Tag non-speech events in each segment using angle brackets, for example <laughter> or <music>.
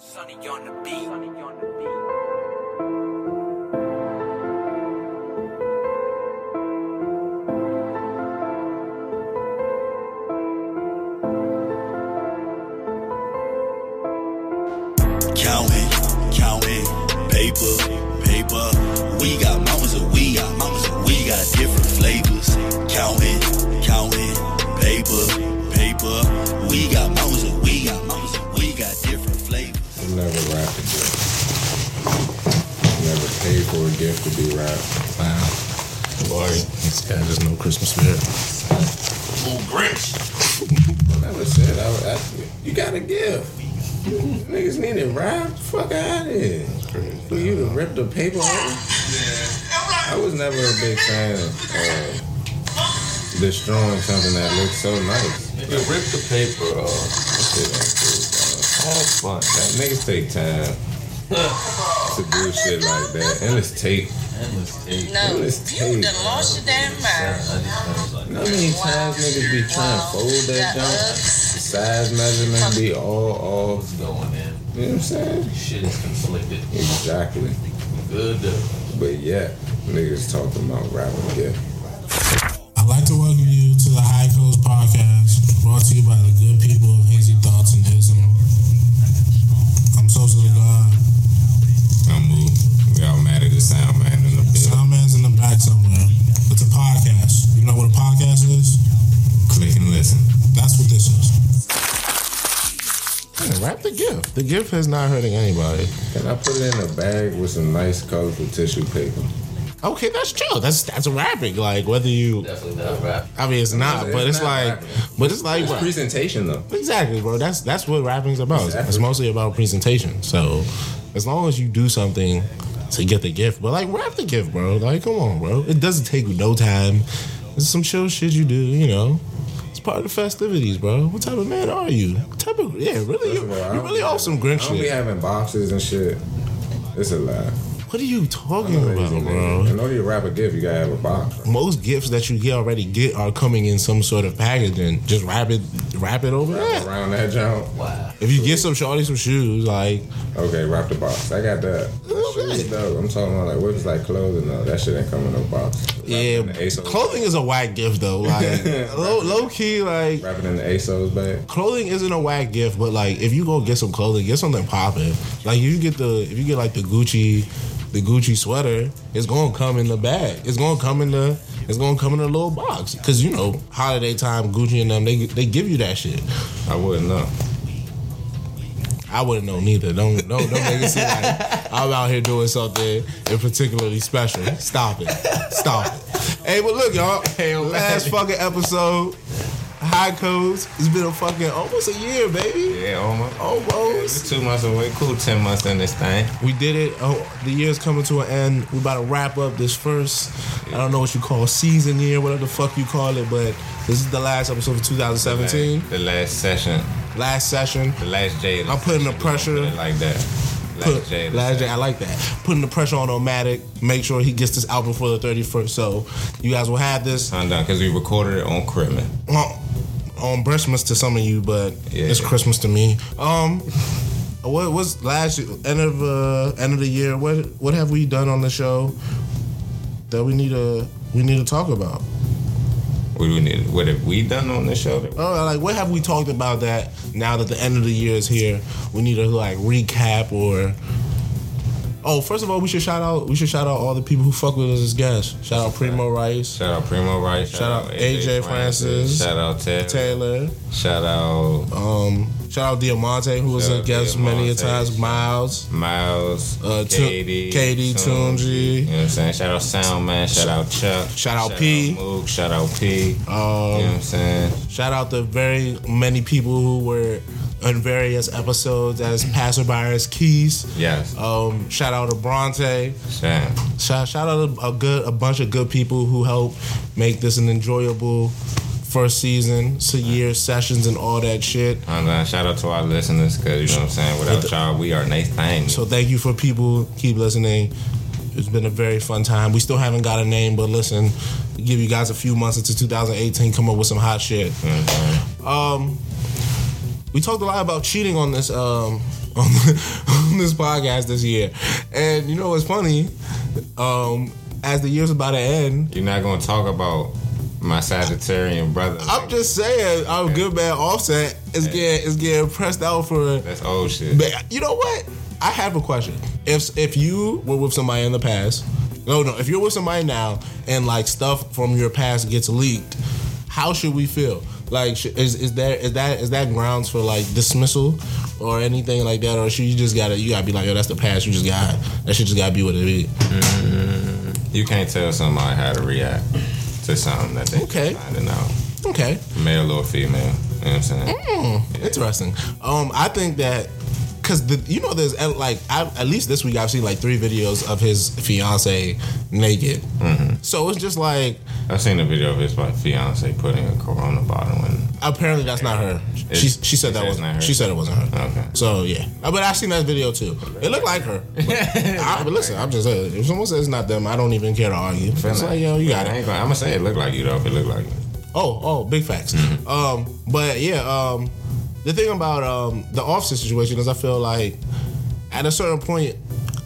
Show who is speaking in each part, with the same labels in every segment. Speaker 1: Sunny on the beat. Sunny on the beat.
Speaker 2: counting, counting paper, paper. We got mamas and we got mamas and we got different flavors. Counting, counting paper, paper. We got mamas and we got mamas and we got different flavors.
Speaker 3: They never wrap a gift. They never pay for a gift to be wrapped.
Speaker 4: Wow. Boy, this guy just no Christmas spirit.
Speaker 2: Ooh, Grinch.
Speaker 3: I never said I would. I, you got a gift. Niggas need it wrapped. Fuck out of here. For you to rip the paper off. I was never a big fan of uh, destroying something that looks so nice.
Speaker 5: You rip the paper uh, off.
Speaker 3: That shit ain't cool, dog.
Speaker 5: Have fun.
Speaker 3: Like, niggas take time to do shit like that. And it's tape.
Speaker 5: Endless tape.
Speaker 6: No,
Speaker 3: Well, it's
Speaker 6: you
Speaker 3: tape,
Speaker 6: done lost your
Speaker 5: I
Speaker 6: damn mind.
Speaker 5: just
Speaker 3: How
Speaker 5: I was like,
Speaker 3: many times niggas be trying to fold that junk? Size measurement be all off.
Speaker 5: what's going
Speaker 3: You
Speaker 5: in?
Speaker 3: know what I'm saying?
Speaker 5: Shit is conflicted.
Speaker 3: Exactly.
Speaker 5: Good to
Speaker 3: But yeah, niggas talking about rapping gift.
Speaker 4: I'd like to welcome you to the High Coast Podcast, brought to you by the good people of Hazy Thoughts and Ism. I'm Social the God.
Speaker 3: I'm Moo. Y'all mad at the sound man in the building.
Speaker 4: Soundman's in the back somewhere. It's a podcast. You know what a podcast is?
Speaker 3: Click and listen.
Speaker 4: That's what this is. wrap the gift. The gift is not hurting anybody.
Speaker 3: Can I put it in a bag with some nice colorful tissue paper?
Speaker 7: Okay, that's true. That's that's rapping. Like whether you,
Speaker 5: definitely not rap.
Speaker 7: I mean, it's not,
Speaker 3: It's
Speaker 7: but it's
Speaker 3: not
Speaker 7: like,
Speaker 3: rapping.
Speaker 7: but it's like
Speaker 3: It's presentation though.
Speaker 7: exactly, bro. That's that's what rapping's about.
Speaker 3: Exactly.
Speaker 7: It's mostly about presentation. So as long as you do something to get the gift, but like rap the gift, bro. Like, come on, bro. It doesn't take no time. It's some chill shit you do. You know. It's Part of the festivities, bro. What type of man are you? What type of yeah, really? You,
Speaker 3: First of all, I
Speaker 7: you
Speaker 3: don't
Speaker 7: really
Speaker 3: be
Speaker 7: off some Grinch
Speaker 3: I don't be
Speaker 7: shit.
Speaker 3: having boxes and shit. It's a lie.
Speaker 7: What are you talking
Speaker 3: Crazy,
Speaker 7: about, bro?
Speaker 3: nigga. In order to wrap a gift, you gotta have a box.
Speaker 7: most gifts that you get already get are coming in some sort of packaging. Just wrap it, wrap it over that.
Speaker 3: Around that junk.
Speaker 5: Wow.
Speaker 7: If you get some shorty some shoes, like
Speaker 3: Okay, wrap the box. I got that. That shit is dope. I'm talking about like whips like clothing though. That shit ain't coming in no box.
Speaker 7: yeah,
Speaker 3: Wrap it in the ASOS
Speaker 7: clothing is a whack
Speaker 3: <laughs>
Speaker 7: gift though. Like low, low key, like
Speaker 3: Wrap it in the ASOS bag.
Speaker 7: clothing isn't a whack gift, but like if you go get some clothing, get something popping. Like if you get the if you get like the Gucci, the Gucci sweater, it's gonna come in the bag. It's gonna come in the it's gonna come in the little box because you know holiday time, Gucci and them they they give you that shit.
Speaker 3: I wouldn't know.
Speaker 7: I wouldn't know neither. Don't don't don't make it seem like I'm out here doing something in particularly special. Stop it. Stop it. Hey, but look, y'all. last fucking episode. High codes. It's been a fucking almost a year, baby.
Speaker 3: Yeah, almost.
Speaker 7: Almost.
Speaker 3: two months away. Cool, ten months in this thing.
Speaker 7: We did it. Oh, the year's coming to an end. We about to wrap up this first. I don't know what you call season year, whatever the fuck you call it, but this is the last episode for 2017.
Speaker 3: The last session.
Speaker 7: Last session.
Speaker 3: The last Jada.
Speaker 7: I'm putting the
Speaker 3: session.
Speaker 7: pressure-
Speaker 3: Put it like that.
Speaker 7: Put,
Speaker 3: Last Jada.
Speaker 7: Last J, I like that. Putting the pressure on Omatic, make sure he gets this out before the 31st. So you guys will have this
Speaker 3: I'm done because we recorded it on Crimin.
Speaker 7: on, on um, Christmas to some of you, but
Speaker 3: Yeah.
Speaker 7: it's Christmas to me. Um, what was last year- end of uh, end of the year? What what have we done on the show that we need to we need to talk about?
Speaker 3: What do we need? What have we done on this show? that-
Speaker 7: Oh, like what have we talked about that now that the end of the year is here? We need to like recap or. Oh, first of all, we should shout out. We should shout out all the people who fuck with us as guests. Shout out Primo Rice,
Speaker 3: Shout out Primo Rice.
Speaker 7: Shout out AJ Francis.
Speaker 3: Shout out Ted.
Speaker 7: Taylor.
Speaker 3: Shout out
Speaker 7: Um, shout out Diamante, who was
Speaker 3: Shout
Speaker 7: a
Speaker 3: out
Speaker 7: guest many a
Speaker 3: Diamante.
Speaker 7: times. Miles,
Speaker 3: Miles,
Speaker 7: Uh, Tu-
Speaker 3: Katie,
Speaker 7: KD, Tunji.
Speaker 3: You know what I'm saying? Shout out Sound Man, shout out Chuck,
Speaker 7: Shout out P.
Speaker 3: out Moog, shout out P. you know
Speaker 7: um,
Speaker 3: what I'm saying?
Speaker 7: shout out the very many people who were on various episodes as passerbyers, keys.
Speaker 3: Yes,
Speaker 7: Um, shout out to Bronte.
Speaker 3: Sam.
Speaker 7: Shout, shout out a, a good a bunch of good people who helped make this an enjoyable first season, so year sessions and all that shit.
Speaker 3: I'm saying? Shout out to our listeners, cause you know what I'm saying. Without y'all, we are nice thing.
Speaker 7: So thank you for people keep listening. It's been a very fun time. We still haven't got a name, but listen, give you guys a few months into 2018, come up with some hot shit. Um, <laughs> we talked a lot about cheating on this um on, on this podcast this year. And you know what's funny? Um, as the year's about to end,
Speaker 3: You're not gonna talk about my Sagittarian brother.
Speaker 7: I'm
Speaker 3: Like,
Speaker 7: just saying our good man offset is getting is getting pressed out for
Speaker 3: that's old shit.
Speaker 7: But you know what? I have a question. If if you were with somebody in the past, no, no. If you're with somebody now and like stuff from your past gets leaked, how should we feel? Like, sh- is is that is that is that grounds for like dismissal or anything like that, or should you just gotta you gotta be like, yo, that's the past. You just got that shit. Just gotta be what it is.
Speaker 3: You can't tell somebody how to react to something that they
Speaker 7: Okay.
Speaker 3: okay. finding out,
Speaker 7: Okay.
Speaker 3: male or female. You know what I'm saying?
Speaker 7: Interesting. Um, I think that because the you know there's uh, like I, at least this week I've seen like three videos of his fiance naked.
Speaker 3: Mm-hmm.
Speaker 7: So it's just like
Speaker 3: I've seen a video of his my fiance putting a Corona bottle in.
Speaker 7: apparently that's not her.
Speaker 3: It's-
Speaker 7: She she said that
Speaker 3: it's
Speaker 7: wasn't
Speaker 3: not her.
Speaker 7: She said it wasn't her.
Speaker 3: Okay.
Speaker 7: So yeah, Uh, but I've seen that video too. It looked like
Speaker 3: <laughs>
Speaker 7: her. But, I, but listen, I'm just uh, if someone says it's not them, I don't even care to argue. It's like yo, you got it.
Speaker 3: I ain't gonna, I'm gonna say it looked like you though. If it looked like you,
Speaker 7: Oh, oh, big facts. Um, but yeah, um, the thing about um, the officer situation is, I feel like at a certain point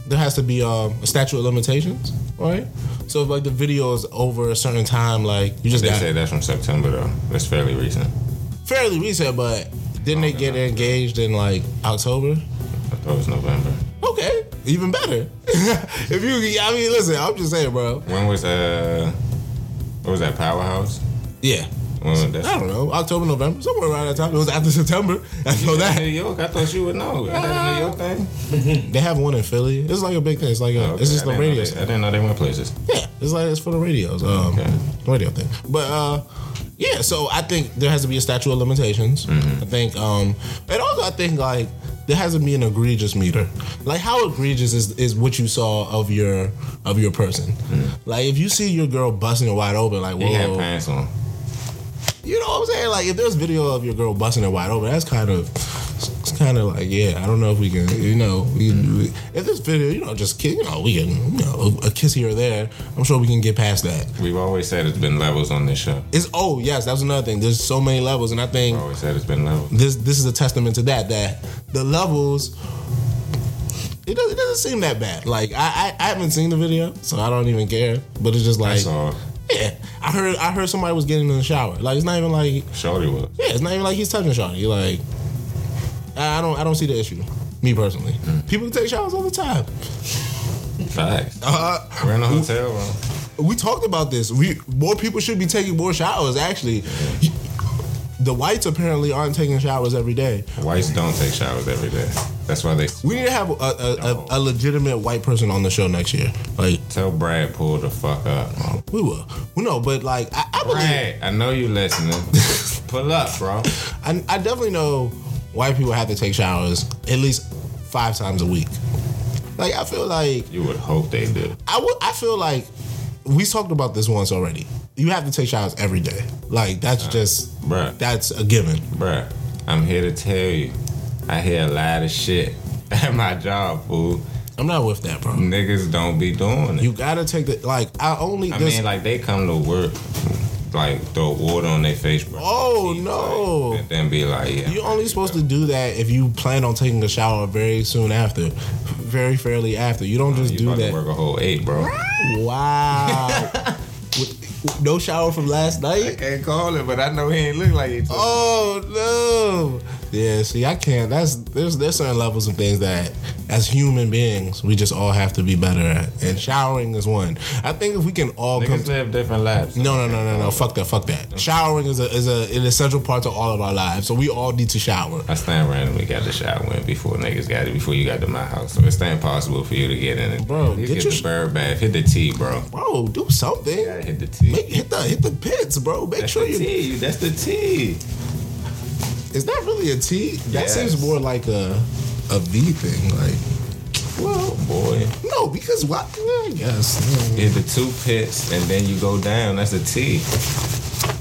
Speaker 7: there has to be um, a statute of limitations, right? So if like the video is over a certain time, like you just
Speaker 3: they
Speaker 7: got
Speaker 3: say that's from September though. That's fairly recent.
Speaker 7: fairly recent, but didn't they get engaged in like October?
Speaker 3: I thought it was November.
Speaker 7: Okay, even better. <laughs> if you, I mean, listen, I'm just saying, bro.
Speaker 3: When was uh, what was that Powerhouse?
Speaker 7: Yeah.
Speaker 3: Well,
Speaker 7: I
Speaker 3: that's
Speaker 7: don't know, October, November, somewhere around that time. It was after September. I know that. Uh,
Speaker 3: New York. I thought you would know. Is that a New York thing?
Speaker 7: They have one in Philly. It's like a big thing. It's like a,
Speaker 3: Okay,
Speaker 7: it's just
Speaker 3: I
Speaker 7: the
Speaker 3: didn't know
Speaker 7: radio.
Speaker 3: they- I didn't know they went places.
Speaker 7: Yeah, it's like it's for the radios, um,
Speaker 3: Okay.
Speaker 7: radio thing. But uh, yeah, so I think there has to be a statute of limitations.
Speaker 3: Mm-hmm.
Speaker 7: I think, um, and also I think like there has to be an egregious meter. Like how egregious is, is what you saw of your of your person? Like if you see your girl busting it wide open, like whoa,
Speaker 3: He Mm. had pants on.
Speaker 7: you know what I'm saying? Like if there's video of your girl busting it wide open, that's kind of it's kind of like yeah, I don't know if we can, you know, we, we, if this video, you know, just kiss, you know, we can, you know, a kiss here or there. I'm sure we can get past that.
Speaker 3: We've always said it's been levels on this show.
Speaker 7: It's oh yes, that's another thing. There's so many levels, and I think
Speaker 3: We've always said it's been levels.
Speaker 7: this this is a testament to that that the levels. It doesn't, it doesn't seem that bad. Like I, I, I haven't seen the video, so I don't even care. But it's just like,
Speaker 3: That's all.
Speaker 7: yeah. I heard I heard somebody was getting in the shower. Like it's not even like
Speaker 3: Shorty was.
Speaker 7: yeah, it's not even like he's touching Shawnee. Like, I I don't, I don't see the issue. Me personally, people take showers all the time.
Speaker 3: Facts.
Speaker 7: Uh,
Speaker 3: We're in a hotel room.
Speaker 7: we talked about this. We more people should be taking more showers. Actually, the whites apparently aren't taking showers every day.
Speaker 3: Whites don't take showers every day. That's why they
Speaker 7: We need to have a, a, a, a legitimate white person on the show next year. Like
Speaker 3: tell Brad pull the fuck up.
Speaker 7: we will. We know, but like I, I believe.
Speaker 3: Brad, I know you listening.
Speaker 7: <laughs>
Speaker 3: pull up, bro.
Speaker 7: I, I definitely know white people have to take showers at least five times a week. Like I feel like
Speaker 3: You would hope they do.
Speaker 7: I would. I feel like we talked about this once already. You have to take showers every day. Like that's just
Speaker 3: bruh.
Speaker 7: that's a given.
Speaker 3: Bruh, I'm here to tell you. I hear a lot of shit <laughs> at my job, fool.
Speaker 7: I'm not with that, bro.
Speaker 3: Niggas don't be doing it.
Speaker 7: You gotta take the like. I only.
Speaker 3: I
Speaker 7: this-
Speaker 3: mean, like they come to work, like throw water on their face, bro.
Speaker 7: oh no.
Speaker 3: And then be like, yeah.
Speaker 7: You're only supposed to do that if you plan on taking a shower very soon after, very fairly after. You don't just
Speaker 3: you
Speaker 7: do
Speaker 3: about to
Speaker 7: that.
Speaker 3: work a whole eight, bro.
Speaker 7: Wow.
Speaker 3: <laughs>
Speaker 7: With- with no shower from last night.
Speaker 3: Can't call it, but I know he ain't look like it.
Speaker 7: Oh no! Yeah, see, I can't. That's there's there's certain levels of things that, as human beings, we just all have to be better at, and showering is one. I think if we can all come.
Speaker 3: Niggas live different lives.
Speaker 7: no, no, no, no, no! Fuck that! Fuck that! Showering is a is a an essential part to all of our lives, so we all need to shower.
Speaker 3: I stand randomly got the shower in before niggas got it before you got to my house, so it's not impossible for you to get in it.
Speaker 7: Bro,
Speaker 3: you
Speaker 7: get
Speaker 3: get,
Speaker 7: your
Speaker 3: the
Speaker 7: sh-
Speaker 3: bird bath, hit the T, bro.
Speaker 7: Bro, do something.
Speaker 3: You gotta hit the T.
Speaker 7: Make, hit the hit the pits, bro. Make
Speaker 3: That's
Speaker 7: sure
Speaker 3: the
Speaker 7: you.
Speaker 3: T. That's the T.
Speaker 7: Is that really a T? That
Speaker 3: Yes.
Speaker 7: seems more like a a V thing. Like
Speaker 3: Well, boy,
Speaker 7: no, because what? Yeah, I guess.
Speaker 3: hit the two pits and then you go down. That's the T.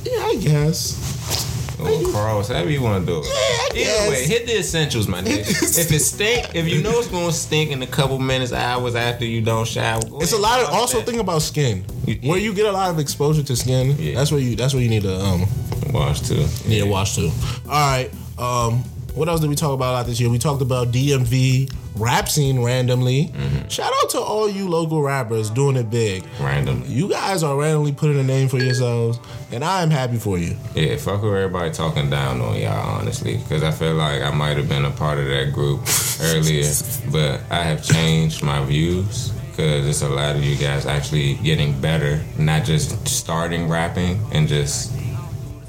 Speaker 7: Yeah, I guess.
Speaker 3: Go across, however you want to do it. <laughs>
Speaker 7: I guess.
Speaker 3: Either way, hit the essentials, my nigga. if it stink, if you know it's gonna stink in a couple minutes, hours after you don't shower, go
Speaker 7: It's a
Speaker 3: ahead
Speaker 7: lot of
Speaker 3: and wash
Speaker 7: also
Speaker 3: that.
Speaker 7: think about skin.
Speaker 3: You-
Speaker 7: Where you get a lot of exposure to skin,
Speaker 3: Yeah.
Speaker 7: that's where you that's where you need to um
Speaker 3: wash too.
Speaker 7: need to watch too. All right. Um What else did we talk about a lot this year? We talked about DMV rap scene randomly.
Speaker 3: Mm-hmm.
Speaker 7: Shout out to all you local rappers doing it big.
Speaker 3: Randomly.
Speaker 7: You guys are randomly putting a name for yourselves, and I am happy for you.
Speaker 3: Yeah, fuck with everybody talking down on y'all, honestly. Because I feel like I might have been a part of that group earlier, but I have changed my views. Because it's a lot of you guys actually getting better, not just starting rapping and just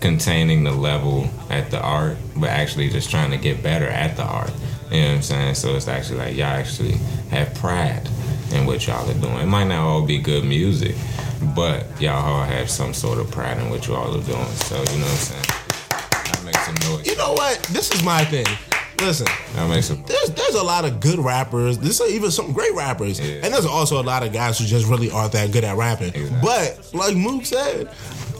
Speaker 3: containing the level at the art, but actually just trying to get better at the art. You know what I'm saying? So it's actually like y'all actually have pride in what y'all are doing. It might not all be good music, but y'all all have some sort of pride in what you all are doing. So you know what I'm saying? I make some noise.
Speaker 7: You know what? This is my thing. Listen,
Speaker 3: I make some.
Speaker 7: there's there's a lot of good rappers. There's even some great rappers,
Speaker 3: Yeah.
Speaker 7: and there's also a lot of guys who just really aren't that good at rapping.
Speaker 3: Exactly.
Speaker 7: But like Mook said.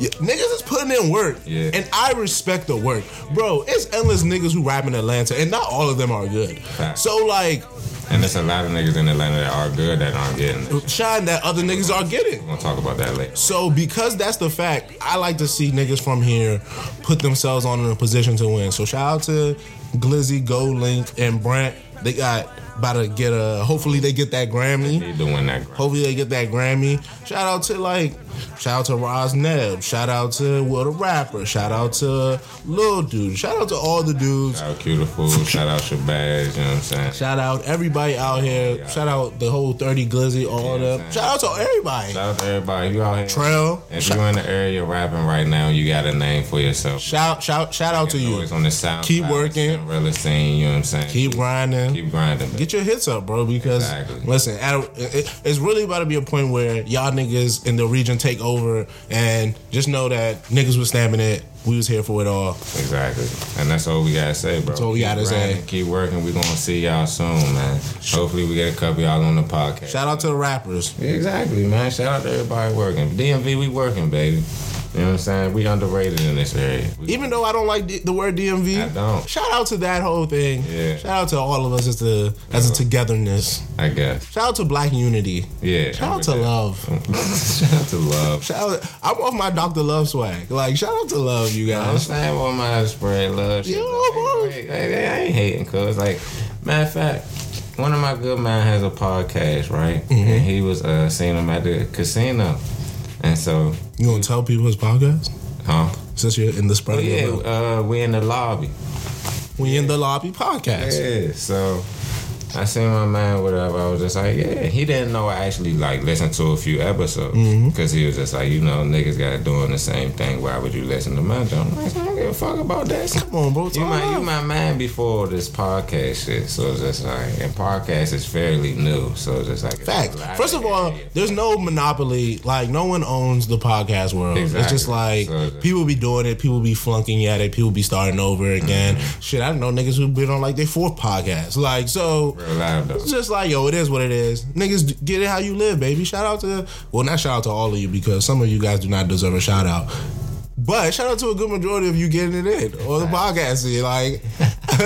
Speaker 7: y- Niggas is putting in work,
Speaker 3: Yeah.
Speaker 7: and I respect the work, bro. It's endless niggas who rap in Atlanta, and not all of them are good.
Speaker 3: Fact.
Speaker 7: So like,
Speaker 3: And there's a lot of niggas in Atlanta that are good that aren't getting. It.
Speaker 7: shine that other niggas are getting.
Speaker 3: We're gonna talk about that later.
Speaker 7: So because that's the fact, I like to see niggas from here put themselves on in a position to win. So shout out to Glizzy, Go Link, and Brant. They got about to get a. Hopefully they get that Grammy.
Speaker 3: They doing that. Grind.
Speaker 7: Hopefully they get that Grammy. Shout out to like, shout out to Roz Neb. Shout out to Will the Rapper. Shout out to Lil Dude. Shout out to all the dudes.
Speaker 3: Shout out Q the Fool. Shout out Shabazz. You know what I'm saying?
Speaker 7: Shout out everybody out here. Shout out the whole 30 Glizzy, all
Speaker 3: Yeah,
Speaker 7: them. Shout out to everybody.
Speaker 3: Shout out to everybody. You out here?
Speaker 7: Trail.
Speaker 3: If you're in the area rapping right now, you got a name for yourself.
Speaker 7: Shout shout shout out to
Speaker 3: Making
Speaker 7: you.
Speaker 3: noise on the sound.
Speaker 7: Keep
Speaker 3: cloud,
Speaker 7: working.
Speaker 3: Cinderella scene. You know what I'm saying?
Speaker 7: Keep grinding.
Speaker 3: keep grinding. man.
Speaker 7: Get your hits up, bro. Because
Speaker 3: Exactly.
Speaker 7: listen, at a- it, it's really about to be a point where y'all niggas in the region take over, and just know that niggas was stamping it. We was here for it all.
Speaker 3: exactly. And that's all we gotta say, bro.
Speaker 7: That's all we
Speaker 3: Keep
Speaker 7: gotta say.
Speaker 3: grinding, Keep working. We gonna see y'all soon, man. Hopefully, we get a couple of y'all on the podcast.
Speaker 7: Shout out to the rappers.
Speaker 3: Exactly, man. Shout out to everybody working. DMV, we working, baby. You know what I'm saying? We underrated in this area. We-
Speaker 7: Even though I don't like D- the word DMV,
Speaker 3: I don't.
Speaker 7: Shout out to that whole thing.
Speaker 3: Yeah.
Speaker 7: Shout out to all of us as the as a togetherness.
Speaker 3: I guess.
Speaker 7: Shout out to Black unity.
Speaker 3: Yeah.
Speaker 7: Shout out to love.
Speaker 3: <laughs> Shout out to love.
Speaker 7: Shout out, I'm off my Doctor Love swag. Like shout out to love, you
Speaker 3: I'm
Speaker 7: guys.
Speaker 3: saying well, my spread love. Shit.
Speaker 7: Yeah,
Speaker 3: I,
Speaker 7: bro.
Speaker 3: ain't, I ain't- I ain't hating, cuz. Like, matter of fact, one of my good man has a podcast, right? And he was uh seeing him at the casino, and so,
Speaker 7: You gonna tell people his podcast
Speaker 3: huh?
Speaker 7: since you're in the
Speaker 3: Oh
Speaker 7: spread? of the
Speaker 3: yeah,
Speaker 7: word?
Speaker 3: uh, we in the lobby.
Speaker 7: We in the lobby podcast.
Speaker 3: Yeah, so I seen my man, whatever. I was just like, yeah. He didn't know I actually like listened to a few episodes because he was just like, you know, niggas got doing the same thing. Why would you listen to my joint? I'm like, I don't give a fuck about that. shit.
Speaker 7: Come on, bro.
Speaker 3: You
Speaker 7: Talk
Speaker 3: my you
Speaker 7: up.
Speaker 3: my man before this podcast shit, so it's just like and podcast is fairly new, so it's just like it's
Speaker 7: Facts.
Speaker 3: a lot
Speaker 7: First of all, there's no monopoly. Like no one owns the podcast world. It's just
Speaker 3: Exactly.
Speaker 7: like
Speaker 3: So it's-
Speaker 7: people be doing it, people be flunking at it, people be starting over again.
Speaker 3: Mm-hmm.
Speaker 7: Shit, I don't know niggas who been on like their fourth podcast. Like so.
Speaker 3: real life though.
Speaker 7: It's just like yo, it is what it is. Niggas, d- get it how you live, baby. Shout out to well, not shout out to all of you because some of you guys do not deserve a shout out. But shout out to a good majority of you getting it in or the podcast. See, like <laughs>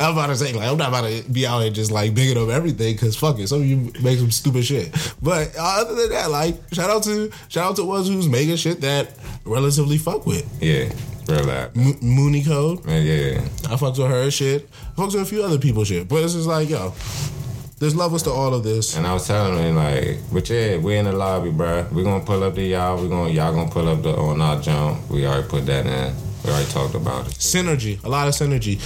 Speaker 7: I'm about to say, like I'm not about to be out here just like bigging up everything because fuck it, some of you make some stupid shit. But uh, other than that, like shout out to shout out to ones who's making shit that relatively fuck with
Speaker 3: Yeah, real life.
Speaker 7: Mo- Mooney Code.
Speaker 3: Man, yeah,
Speaker 7: I fucks with her shit. I fucks with a few other people shit. But it's just like, yo, there's levels to all of this.
Speaker 3: and I was telling him like, but yeah, we in the lobby, bruh. We gonna pull up to y'all. We gonna y'all gonna pull up the on our jump. We already put that in. We already talked about it.
Speaker 7: Synergy, a lot of synergy.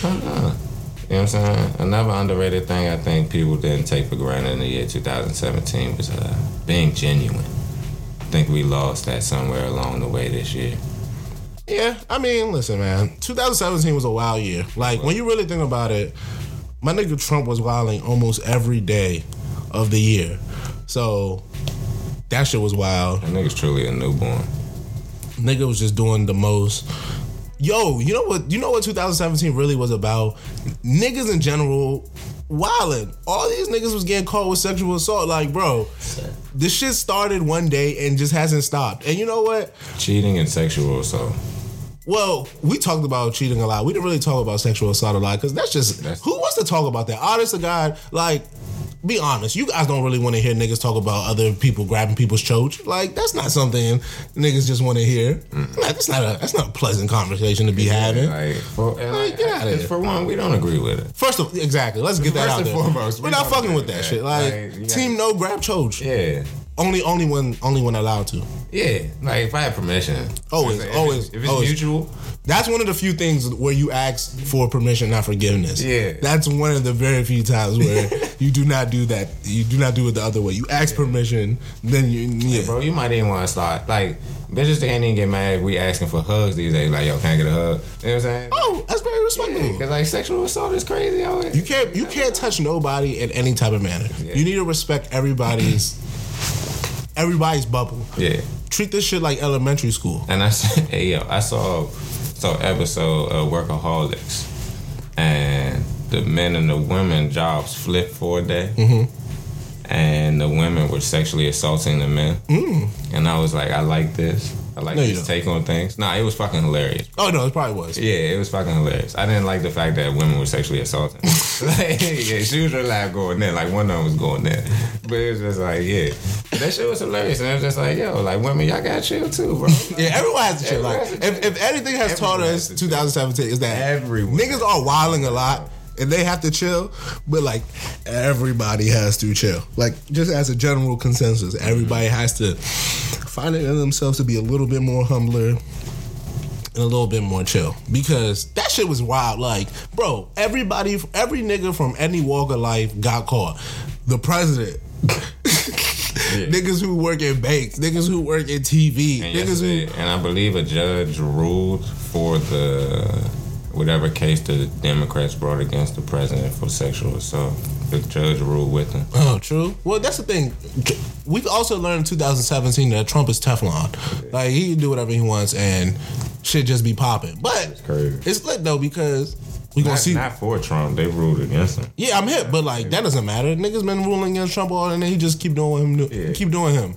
Speaker 3: You know what I'm saying? Another underrated thing I think people didn't take for granted in the year 2017 was uh, being genuine. I think we lost that somewhere along the way this year.
Speaker 7: Yeah, I mean, listen, man. 2017 was a wild year. Like when you really think about it, my nigga Trump was wilding almost every day of the year. So that shit was wild.
Speaker 3: That nigga's truly a newborn.
Speaker 7: Nigga was just doing the most. Yo, you know what? You know what 2017 really was about? Niggas in general wilding. All these niggas was getting caught with sexual assault. Like, bro, this shit started one day and just hasn't stopped. And you know what?
Speaker 3: Cheating and sexual assault.
Speaker 7: Well, we talked about cheating a lot. We didn't really talk about sexual assault a lot because that's just
Speaker 3: That's-
Speaker 7: who wants to talk about that. Honest to God, like be honest, you guys don't really want to hear niggas talk about other people grabbing people's choach. Like that's not something niggas just want to hear. Nah, that's not a that's not a pleasant conversation to be having.
Speaker 3: Like, for, and
Speaker 7: Like,
Speaker 3: like,
Speaker 7: get outta
Speaker 3: and
Speaker 7: here.
Speaker 3: For one, we don't agree with it.
Speaker 7: First of exactly, let's get that
Speaker 3: First
Speaker 7: out
Speaker 3: and
Speaker 7: there.
Speaker 3: foremost,
Speaker 7: we're
Speaker 3: we
Speaker 7: not
Speaker 3: don't
Speaker 7: fucking
Speaker 3: agree
Speaker 7: with that,
Speaker 3: with that.
Speaker 7: shit. Like
Speaker 3: Like, you
Speaker 7: team no grab choach.
Speaker 3: Yeah,
Speaker 7: Only only when only when allowed to.
Speaker 3: yeah. Like if I have permission,
Speaker 7: Always,
Speaker 3: If it's-
Speaker 7: always,
Speaker 3: If it's
Speaker 7: always.
Speaker 3: mutual,
Speaker 7: That's one of the few things where you ask for permission, not forgiveness.
Speaker 3: Yeah.
Speaker 7: That's one of the very few
Speaker 3: <laughs>
Speaker 7: times where you do not do that. You do not do it the other way. You ask permission, then you yeah.
Speaker 3: bro, you might even want to start. Like bitches, they ain't even get mad. if We asking for hugs these days. Like yo, can I get a hug? You know what I'm saying?
Speaker 7: Oh, that's very respectful.
Speaker 3: Because like sexual assault is crazy. Always.
Speaker 7: You can't you can't touch nobody in any type of manner.
Speaker 3: Yeah.
Speaker 7: You need to respect everybody's everybody's bubble.
Speaker 3: Yeah.
Speaker 7: Treat this shit like elementary school.
Speaker 3: And I said, <laughs> hey, yo, I saw so episode of Workaholics, and the men and the women jobs flipped for a day,
Speaker 7: Mm-hmm.
Speaker 3: and the women were sexually assaulting the men. Mm. And I was like, I like this. I like
Speaker 7: No, you
Speaker 3: this
Speaker 7: don't.
Speaker 3: take on things. Nah, it was fucking hilarious.
Speaker 7: Oh no, it probably was.
Speaker 3: Yeah, it was fucking hilarious. I didn't like the fact that women were sexually
Speaker 7: <laughs>
Speaker 3: assaulting. <laughs> like, yeah, she was really like going there. Like one of them was going there, but it was just like, yeah, that shit was hilarious. And it was just like, yo, like women, y'all got chill too, bro.
Speaker 7: <laughs> Yeah, everyone has to chill.
Speaker 3: Everyone
Speaker 7: Like,
Speaker 3: has to
Speaker 7: if, if anything has taught
Speaker 3: Everyone has
Speaker 7: us
Speaker 3: to chill.
Speaker 7: 2017 is that
Speaker 3: Everyone.
Speaker 7: niggas are wilding a lot and they have to chill, but like everybody has to chill. Like, just as a general consensus, everybody
Speaker 3: Mm-hmm.
Speaker 7: has to find it in themselves to be a little bit more humbler. And a little bit more chill because that shit was wild. Like, bro, everybody, every nigga from any walk of life got caught. The president, <laughs> niggas who work in banks, niggas who work in TV,
Speaker 3: And
Speaker 7: niggas who
Speaker 3: yesterday- and I believe a judge ruled for the whatever case the Democrats brought against the president for sexual assault. The judge ruled with him.
Speaker 7: Oh, true. Well, that's the thing. We've also learned in 2017 that Trump is Teflon. Like he can do whatever he wants and shit just be popping. But
Speaker 3: crazy.
Speaker 7: it's lit though because we gonna
Speaker 3: Not,
Speaker 7: see.
Speaker 3: not for Trump, they ruled against him.
Speaker 7: yeah, I'm hit, but like that doesn't matter. Niggas been ruling against Trump all, and then he just keep doing what him. do-
Speaker 3: Yeah.
Speaker 7: Keep doing him.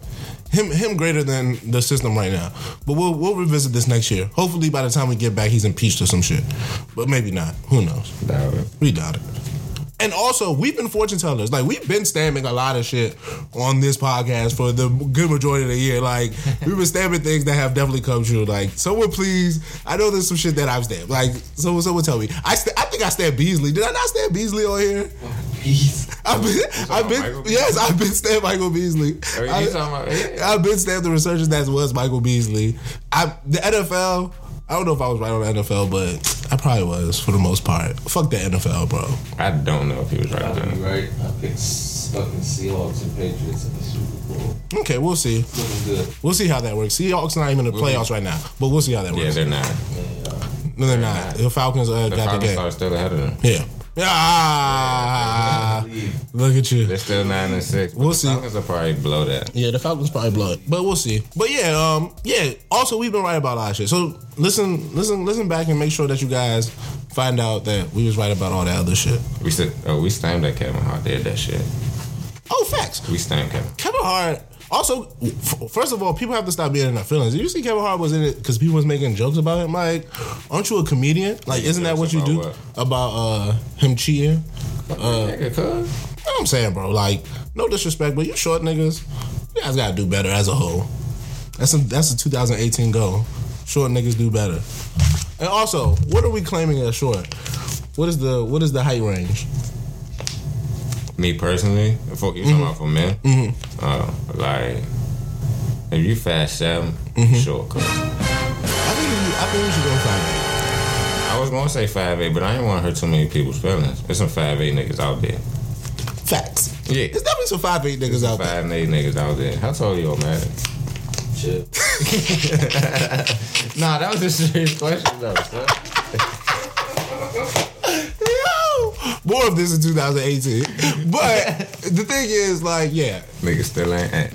Speaker 7: Him, him greater than the system right now. But we'll we'll revisit this next year. Hopefully, by the time we get back, he's impeached or some shit. But maybe not. Who knows?
Speaker 3: Doubt it.
Speaker 7: We doubt it. And also, we've been fortune tellers. Like we've been stamming a lot of shit on this podcast for the good majority of the year.
Speaker 3: <laughs>
Speaker 7: Like we've been stamming things that have definitely come true. Like someone please, I know there's some shit that I've stabbed. Like someone, someone tell me. I st- I think I stabbed Beasley. Did I not stab Beasley on here? I've been, I've been,
Speaker 3: Michael Beasley?
Speaker 7: yes, I've been stabbed Michael Beasley.
Speaker 3: Oh, you
Speaker 7: I-
Speaker 3: talking about- yeah.
Speaker 7: I've been stabbed the resurgence that was Michael Beasley. I the NFL. I don't know if I was right on the NFL, but I probably was for the most part. Fuck the NFL, bro.
Speaker 3: I don't know if he was right. or not.
Speaker 5: right. I picked fucking Seahawks and Patriots in the Super Bowl.
Speaker 7: Okay, we'll see.
Speaker 5: Looking good.
Speaker 7: We'll see how that works. Seahawks not even in the playoffs right now, but we'll see how that
Speaker 3: Yeah,
Speaker 7: works.
Speaker 3: they're not.
Speaker 5: uh,
Speaker 7: no, they're not. The Falcons uh,
Speaker 3: The
Speaker 7: got the
Speaker 3: Falcons
Speaker 7: game.
Speaker 3: are still ahead of them.
Speaker 7: Yeah. Ah, look at you.
Speaker 3: They're still nine and six. but
Speaker 7: We'll
Speaker 3: the
Speaker 7: see.
Speaker 3: Falcons will probably blow that.
Speaker 7: Yeah, the Falcons probably blow it, but we'll see. But yeah, um, yeah. Also, we've been right about a lot of shit. So listen, listen, listen back and make sure that you guys find out that we was right about all that other shit.
Speaker 3: We said, oh, we stamped that Kevin Hart did that shit.
Speaker 7: Oh, facts.
Speaker 3: We stamped Kevin.
Speaker 7: Kevin Hart. Also, f- first of all, people have to stop being in their feelings. Did you see Kevin Hart was in it because people was making jokes about him? Like, aren't you a comedian? Like, isn't that what you
Speaker 3: Jokes
Speaker 7: do
Speaker 3: about
Speaker 7: about uh, him cheating?
Speaker 3: Nigga, cuz.
Speaker 7: I'm saying, bro, like, no disrespect, but you short niggas, you guys gotta do better as a whole. That's a that's a 2018 goal. Short niggas do better. And also, what are we claiming as short? What is the what is the height range?
Speaker 3: Me personally, for you talking about for men, uh, like if you fast 7 sure. 'cause
Speaker 7: I think we, I think we should go five.
Speaker 3: I was gonna say five eight, but I didn't want to hurt too many people's feelings. There's some five eight niggas out there.
Speaker 7: Facts.
Speaker 3: Yeah,
Speaker 7: There's definitely some five eight niggas out there.
Speaker 3: five and eight niggas out there. How tall you, man?
Speaker 5: Shit.
Speaker 3: Nah, that was a serious question though. Son.
Speaker 7: Yo! More of this in 2018. But the thing is, like, yeah,
Speaker 3: Niggas still ain't. at-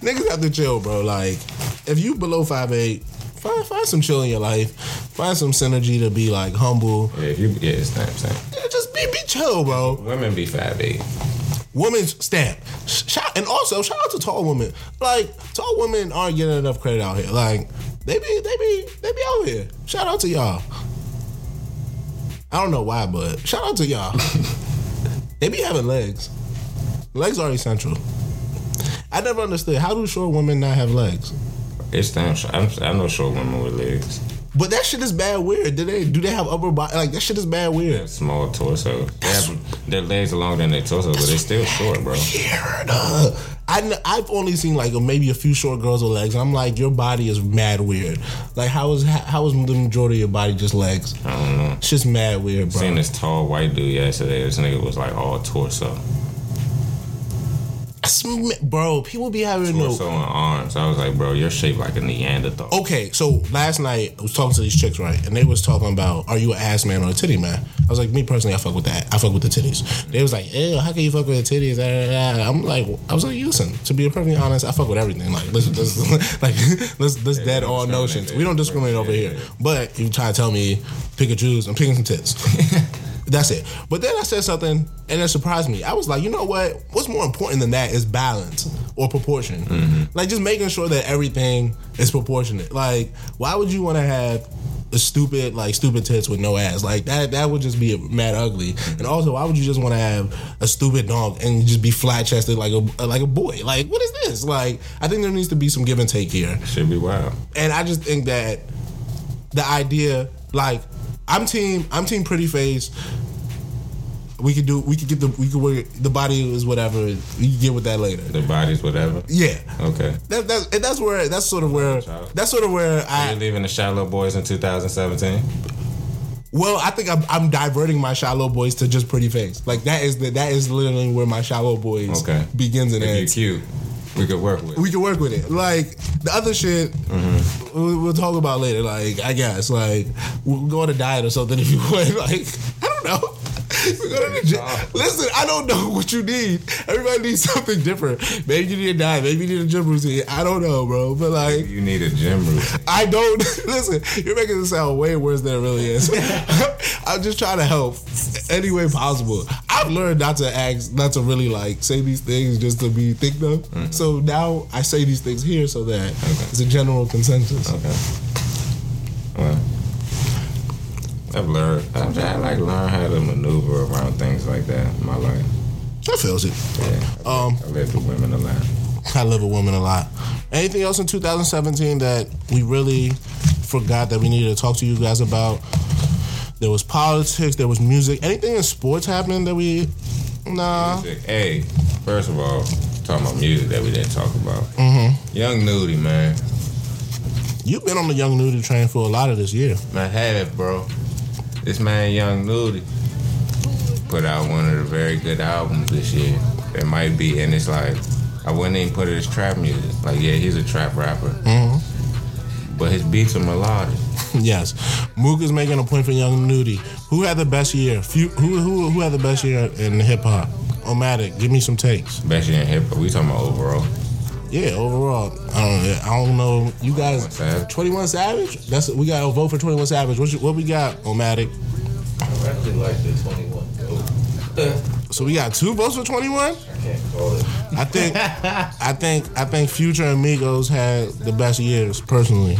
Speaker 7: Niggas have to chill, bro. Like, if you below 5'8, find, find some chill in your life. Find some synergy to be like humble.
Speaker 3: Yeah, if you yeah, it's not saying.
Speaker 7: Yeah, Just be be chill, bro.
Speaker 3: Women be five eight.
Speaker 7: Women's stamp. Sh- Shout, and also shout out to tall women. Like tall women aren't getting enough credit out here. Like they be they be they be out here. Shout out to y'all. I don't know why, but shout out to y'all. They be having legs. Legs are essential. I never understood how do short women not have legs.
Speaker 3: It's damn. sh- I'm, I know short women with legs,
Speaker 7: But that shit is bad weird. Do they do they have upper body? Like that shit is bad
Speaker 3: They
Speaker 7: weird.
Speaker 3: have small torso. They have, their legs are longer than their torso, but they still short, bro.
Speaker 7: Weird. Uh, I kn- I've only seen like a, maybe a few short girls with legs. I'm like your body is mad weird. Like how is how is the majority of your body just legs?
Speaker 3: I don't know.
Speaker 7: It's just mad weird, bro.
Speaker 3: Seen this tall white dude yesterday. This nigga was like all torso,
Speaker 7: I sm- bro, people be having no.
Speaker 3: torso and arms. I was like, bro, you're shaped like a Neanderthal.
Speaker 7: okay, so last night I was talking to these chicks, right? And they was talking about, are you an ass man or a titty man? I was like, me personally, I fuck with that. I fuck with the titties. They was like, ew, how can you fuck with the titties? Da, da, da. I'm like, I was like, listen, to be perfectly honest, I fuck with everything. Like, let's, let's <laughs> like, let's, let's dead all
Speaker 3: discriminate,
Speaker 7: notions. We don't
Speaker 3: yeah,
Speaker 7: discriminate over
Speaker 3: yeah,
Speaker 7: here.
Speaker 3: yeah.
Speaker 7: But you try to tell me, pick a Jews, I'm picking some tits. That's it. But then I said something and it surprised me. I was like, you know what? What's more important than that is balance or proportion. Like just making sure that everything is proportionate. Like, why would you want to have a stupid like stupid tits with no ass? Like that that would just be mad ugly. And also, why would you just want to have a stupid dog and just be flat chested like a like a boy? Like what is this? Like I think there needs to be some give and take here
Speaker 3: Should be wild.
Speaker 7: and I just think that the idea, like, I'm team, I'm team pretty face. We could do, we could get the, we could wear the body is whatever. You can get with that later.
Speaker 3: Their bodies, whatever.
Speaker 7: Yeah,
Speaker 3: Okay.
Speaker 7: that, that's and that's where that's sort of where that's sort of where
Speaker 3: You're
Speaker 7: I
Speaker 3: leaving the Shallow Boys in 2017.
Speaker 7: well I think I'm, I'm diverting my shallow boys to just pretty face like that is the, that is literally where my shallow boys
Speaker 3: Okay.
Speaker 7: begins and ends.
Speaker 3: If you're cute, we could work with.
Speaker 7: we can work with it. Like the other shit, we'll, we'll talk about later. Like I guess, like we'll go on a diet or something if you <laughs> want. Like I don't know. <laughs> We go to the gym. Listen, I don't know what you need. Everybody needs <laughs> something different. Maybe you need a diet. Maybe you need a gym routine. I don't know, bro. But like,
Speaker 3: you need a gym routine.
Speaker 7: I don't <laughs> listen. You're making it sound way worse than it really <laughs> is. I'm just trying to help any way possible. I've learned not to ask, not to really like say these things just to be think them. So now I say these things here so that it's a general consensus.
Speaker 3: Okay. Well, I've learned. I've tried to like learn how to maneuver around things like that in my life.
Speaker 7: That feels it.
Speaker 3: Yeah.
Speaker 7: Um,
Speaker 3: I lived with women a lot.
Speaker 7: I love a woman a lot. Anything else in 2017 that we really forgot that we needed to talk to you guys about? There was politics. There was music. Anything in sports happening that we? Nah.
Speaker 3: Hey, first of all, talking about music that we didn't talk about. Mm-hmm. Young Nudie, man.
Speaker 7: You've been on the Young Nudie train for a lot of this year. <laughs>
Speaker 3: Man, have it, bro. This man, Young Nudie, put out one of the very good albums this year. It might be, and it's like, I wouldn't even put it as trap music. Like, yeah, he's a trap rapper. But his beats are melodic.
Speaker 7: yes, Mook is making a point for Young Nudie. Who had the best year? Few, who, who who had the best year in hip hop? Omatic, give me some takes.
Speaker 3: Especially in hip hop. We talking about overall.
Speaker 7: Yeah, overall, I don't I don't know. You guys,
Speaker 3: 21 Savage.
Speaker 7: Twenty One Savage. That's we got a vote for Twenty One Savage. What, you, what we got, Omatic?
Speaker 5: I actually like the 21 goat.
Speaker 7: So we got two votes for Twenty One.
Speaker 5: I can't call it.
Speaker 7: I think, I think, I think Future and Migos had the best years personally.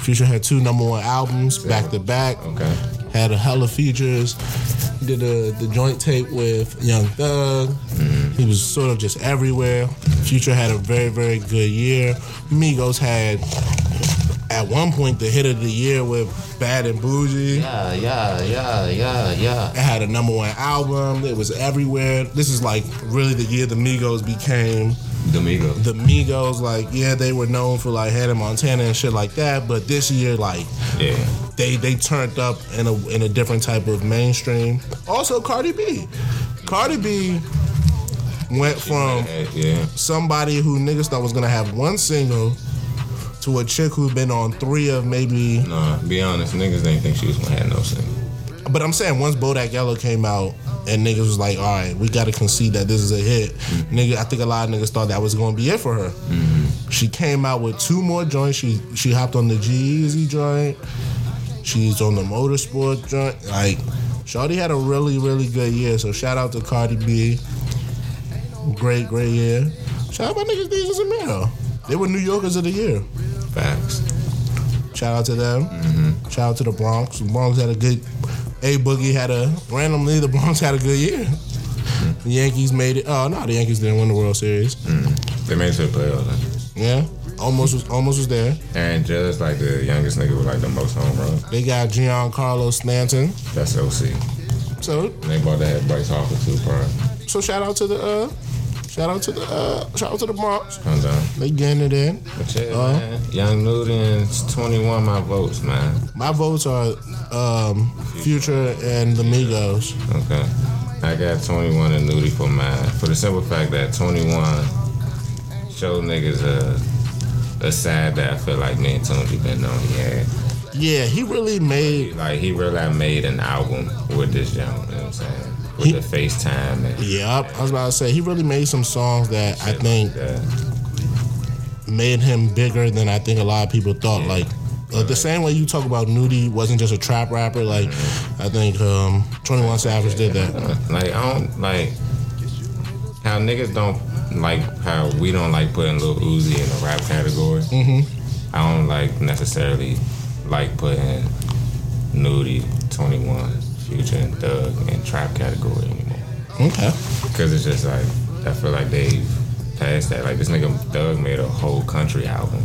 Speaker 7: Future had two number one albums back to back.
Speaker 3: Okay.
Speaker 7: had a hella features. Did a, the joint tape with Young Thug. He was sort of just everywhere. Future had a very very good year. Migos had at one point the hit of the year with Bad and Bougie.
Speaker 5: Yeah, yeah, yeah, yeah, yeah.
Speaker 7: It had a number one album. It was everywhere. This is like really the year the Migos became
Speaker 3: Domingo.
Speaker 7: the Migos. Like yeah, they were known for like Hannah Montana and shit like that. But this year, like
Speaker 3: Yeah.
Speaker 7: they they turned up in a in a different type of mainstream. Also, Cardi B, Cardi B went from
Speaker 3: Hey, yeah.
Speaker 7: somebody who niggas thought was gonna have one single to a chick who'd been on three of maybe.
Speaker 3: Nah, be honest, niggas didn't think she was gonna have no single.
Speaker 7: But I'm saying once Bodak Yellow came out and niggas was like, all right, we gotta concede that this is a hit. Nigga, I think a lot of niggas thought that was gonna be it for her. She came out with two more joints. She she hopped on the G Easy joint. She's on the motorsport joint. Like, Shawty had a really, really good year. So shout out to Cardi B. Great, great year. Shout out my niggas Jesus and Mero. They were New Yorkers of the year.
Speaker 3: Facts.
Speaker 7: Shout out to them. Shout out to the Bronx. The Bronx had a good. A Boogie had a randomly. The Bronx had a good year. The Yankees made it. Oh no, the Yankees didn't win the World Series.
Speaker 3: They made it to the playoffs. Like.
Speaker 7: Yeah, almost was almost was there.
Speaker 3: Aaron Judge, like the youngest nigga with like the most home runs.
Speaker 7: They got Giancarlo Stanton.
Speaker 3: That's OC.
Speaker 7: So
Speaker 3: And they bought that Bryce Harper too, probably.
Speaker 7: so shout out to the uh, shout out to the uh, shout out to the Bronx.
Speaker 3: I'm done.
Speaker 7: They getting it in.
Speaker 3: But yeah,
Speaker 7: Uh-huh.
Speaker 3: man. Young Newton's 21 my votes, man.
Speaker 7: My votes are um, Future and the Migos.
Speaker 3: Okay. I got 21 and Nudie for mine. For the simple fact that 21 show niggas a, a side that I feel like me and Tunji been on he had.
Speaker 7: Yeah, he really made.
Speaker 3: Like, he really made an album with this gentleman, you know what I'm saying? With
Speaker 7: He-
Speaker 3: the FaceTime and
Speaker 7: Yep, I was about to say he really made some songs that I
Speaker 3: shit
Speaker 7: think
Speaker 3: like that.
Speaker 7: made him bigger than I think a lot of people thought. Like uh, the same way you talk about Nudie wasn't just a trap rapper. Like I think um, Twenty One Savage did that.
Speaker 3: Like I don't like how niggas don't like how we don't like putting Lil Uzi in the rap category. Mm-hmm. I don't like necessarily like putting Nudie, Twenty One, Future, and Thug in trap category anymore
Speaker 7: Okay,
Speaker 3: because it's just like I feel like they've passed that. Like this nigga Thug made a whole country album.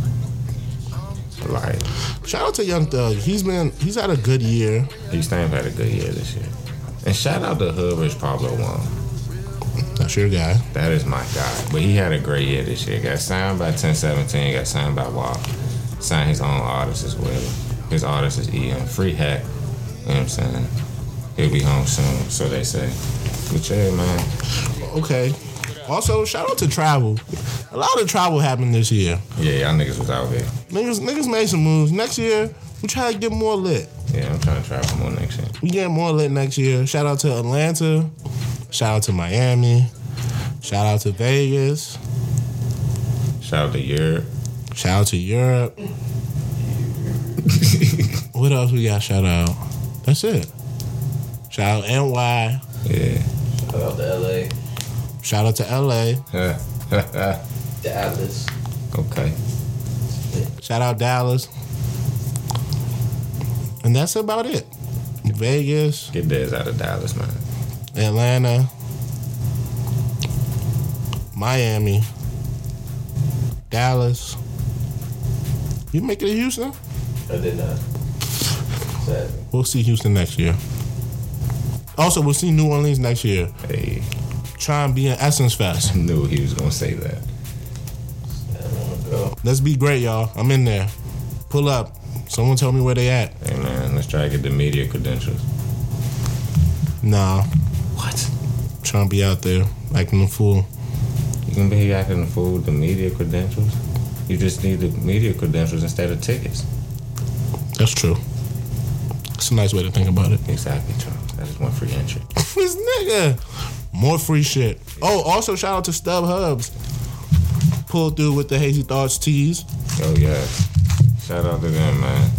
Speaker 3: Like
Speaker 7: shout out to Young Thug. He's been he's had a good year.
Speaker 3: he Stamp had a good year this year. And shout out to Hood Rich Pablo One.
Speaker 7: That's your guy.
Speaker 3: That is my guy. But he had a great year this year. Got signed by 1017, got signed by WAP. Signed his own artist as well. His artist is EM. Free hack. You know what I'm saying? He'll be home soon, so they say. But yeah, man.
Speaker 7: Okay. Also, shout out to Travel. A lot of travel happened this year.
Speaker 3: Yeah, y'all niggas was out here.
Speaker 7: Niggas, niggas made some moves. Next year, we try to get more lit.
Speaker 3: Yeah, I'm trying to travel more next year.
Speaker 7: We get more lit next year. Shout out to Atlanta. Shout out to Miami. Shout out to Vegas.
Speaker 3: Shout out to Europe.
Speaker 7: Shout out to Europe. <laughs> what else we got? Shout out. That's it. Shout out NY.
Speaker 3: Yeah. <laughs>
Speaker 5: About the LA,
Speaker 7: Shout out to LA.
Speaker 5: Dallas.
Speaker 3: okay.
Speaker 7: Shout out Dallas. And that's about it. Vegas,
Speaker 3: Get Dez out of Dallas, man.
Speaker 7: Atlanta, Miami, Dallas. You make it to Houston?
Speaker 5: I did not. Sad.
Speaker 7: We'll see Houston next year. Also, we'll see New Orleans next year.
Speaker 3: Hey, <laughs>
Speaker 7: Try and be an Essence Fest.
Speaker 3: knew he was gonna say that.
Speaker 5: I don't want to go.
Speaker 7: Let's be great, y'all. I'm in there. Pull up. Someone tell me where they at.
Speaker 3: Hey, man, let's try to get the media credentials.
Speaker 7: Nah.
Speaker 3: What?
Speaker 7: Trying to be out there acting a fool.
Speaker 3: You can be here acting the fool with the media credentials. You just need the media credentials instead of tickets.
Speaker 7: That's true. It's a nice way to think about it. <laughs>
Speaker 3: Exactly, Charles. That is one free entry.
Speaker 7: this nigga. More free shit. Oh, also shout out to Stub Hubs. Pulled through with the Hazy Thoughts tees.
Speaker 3: Oh yes. Shout out to them, man.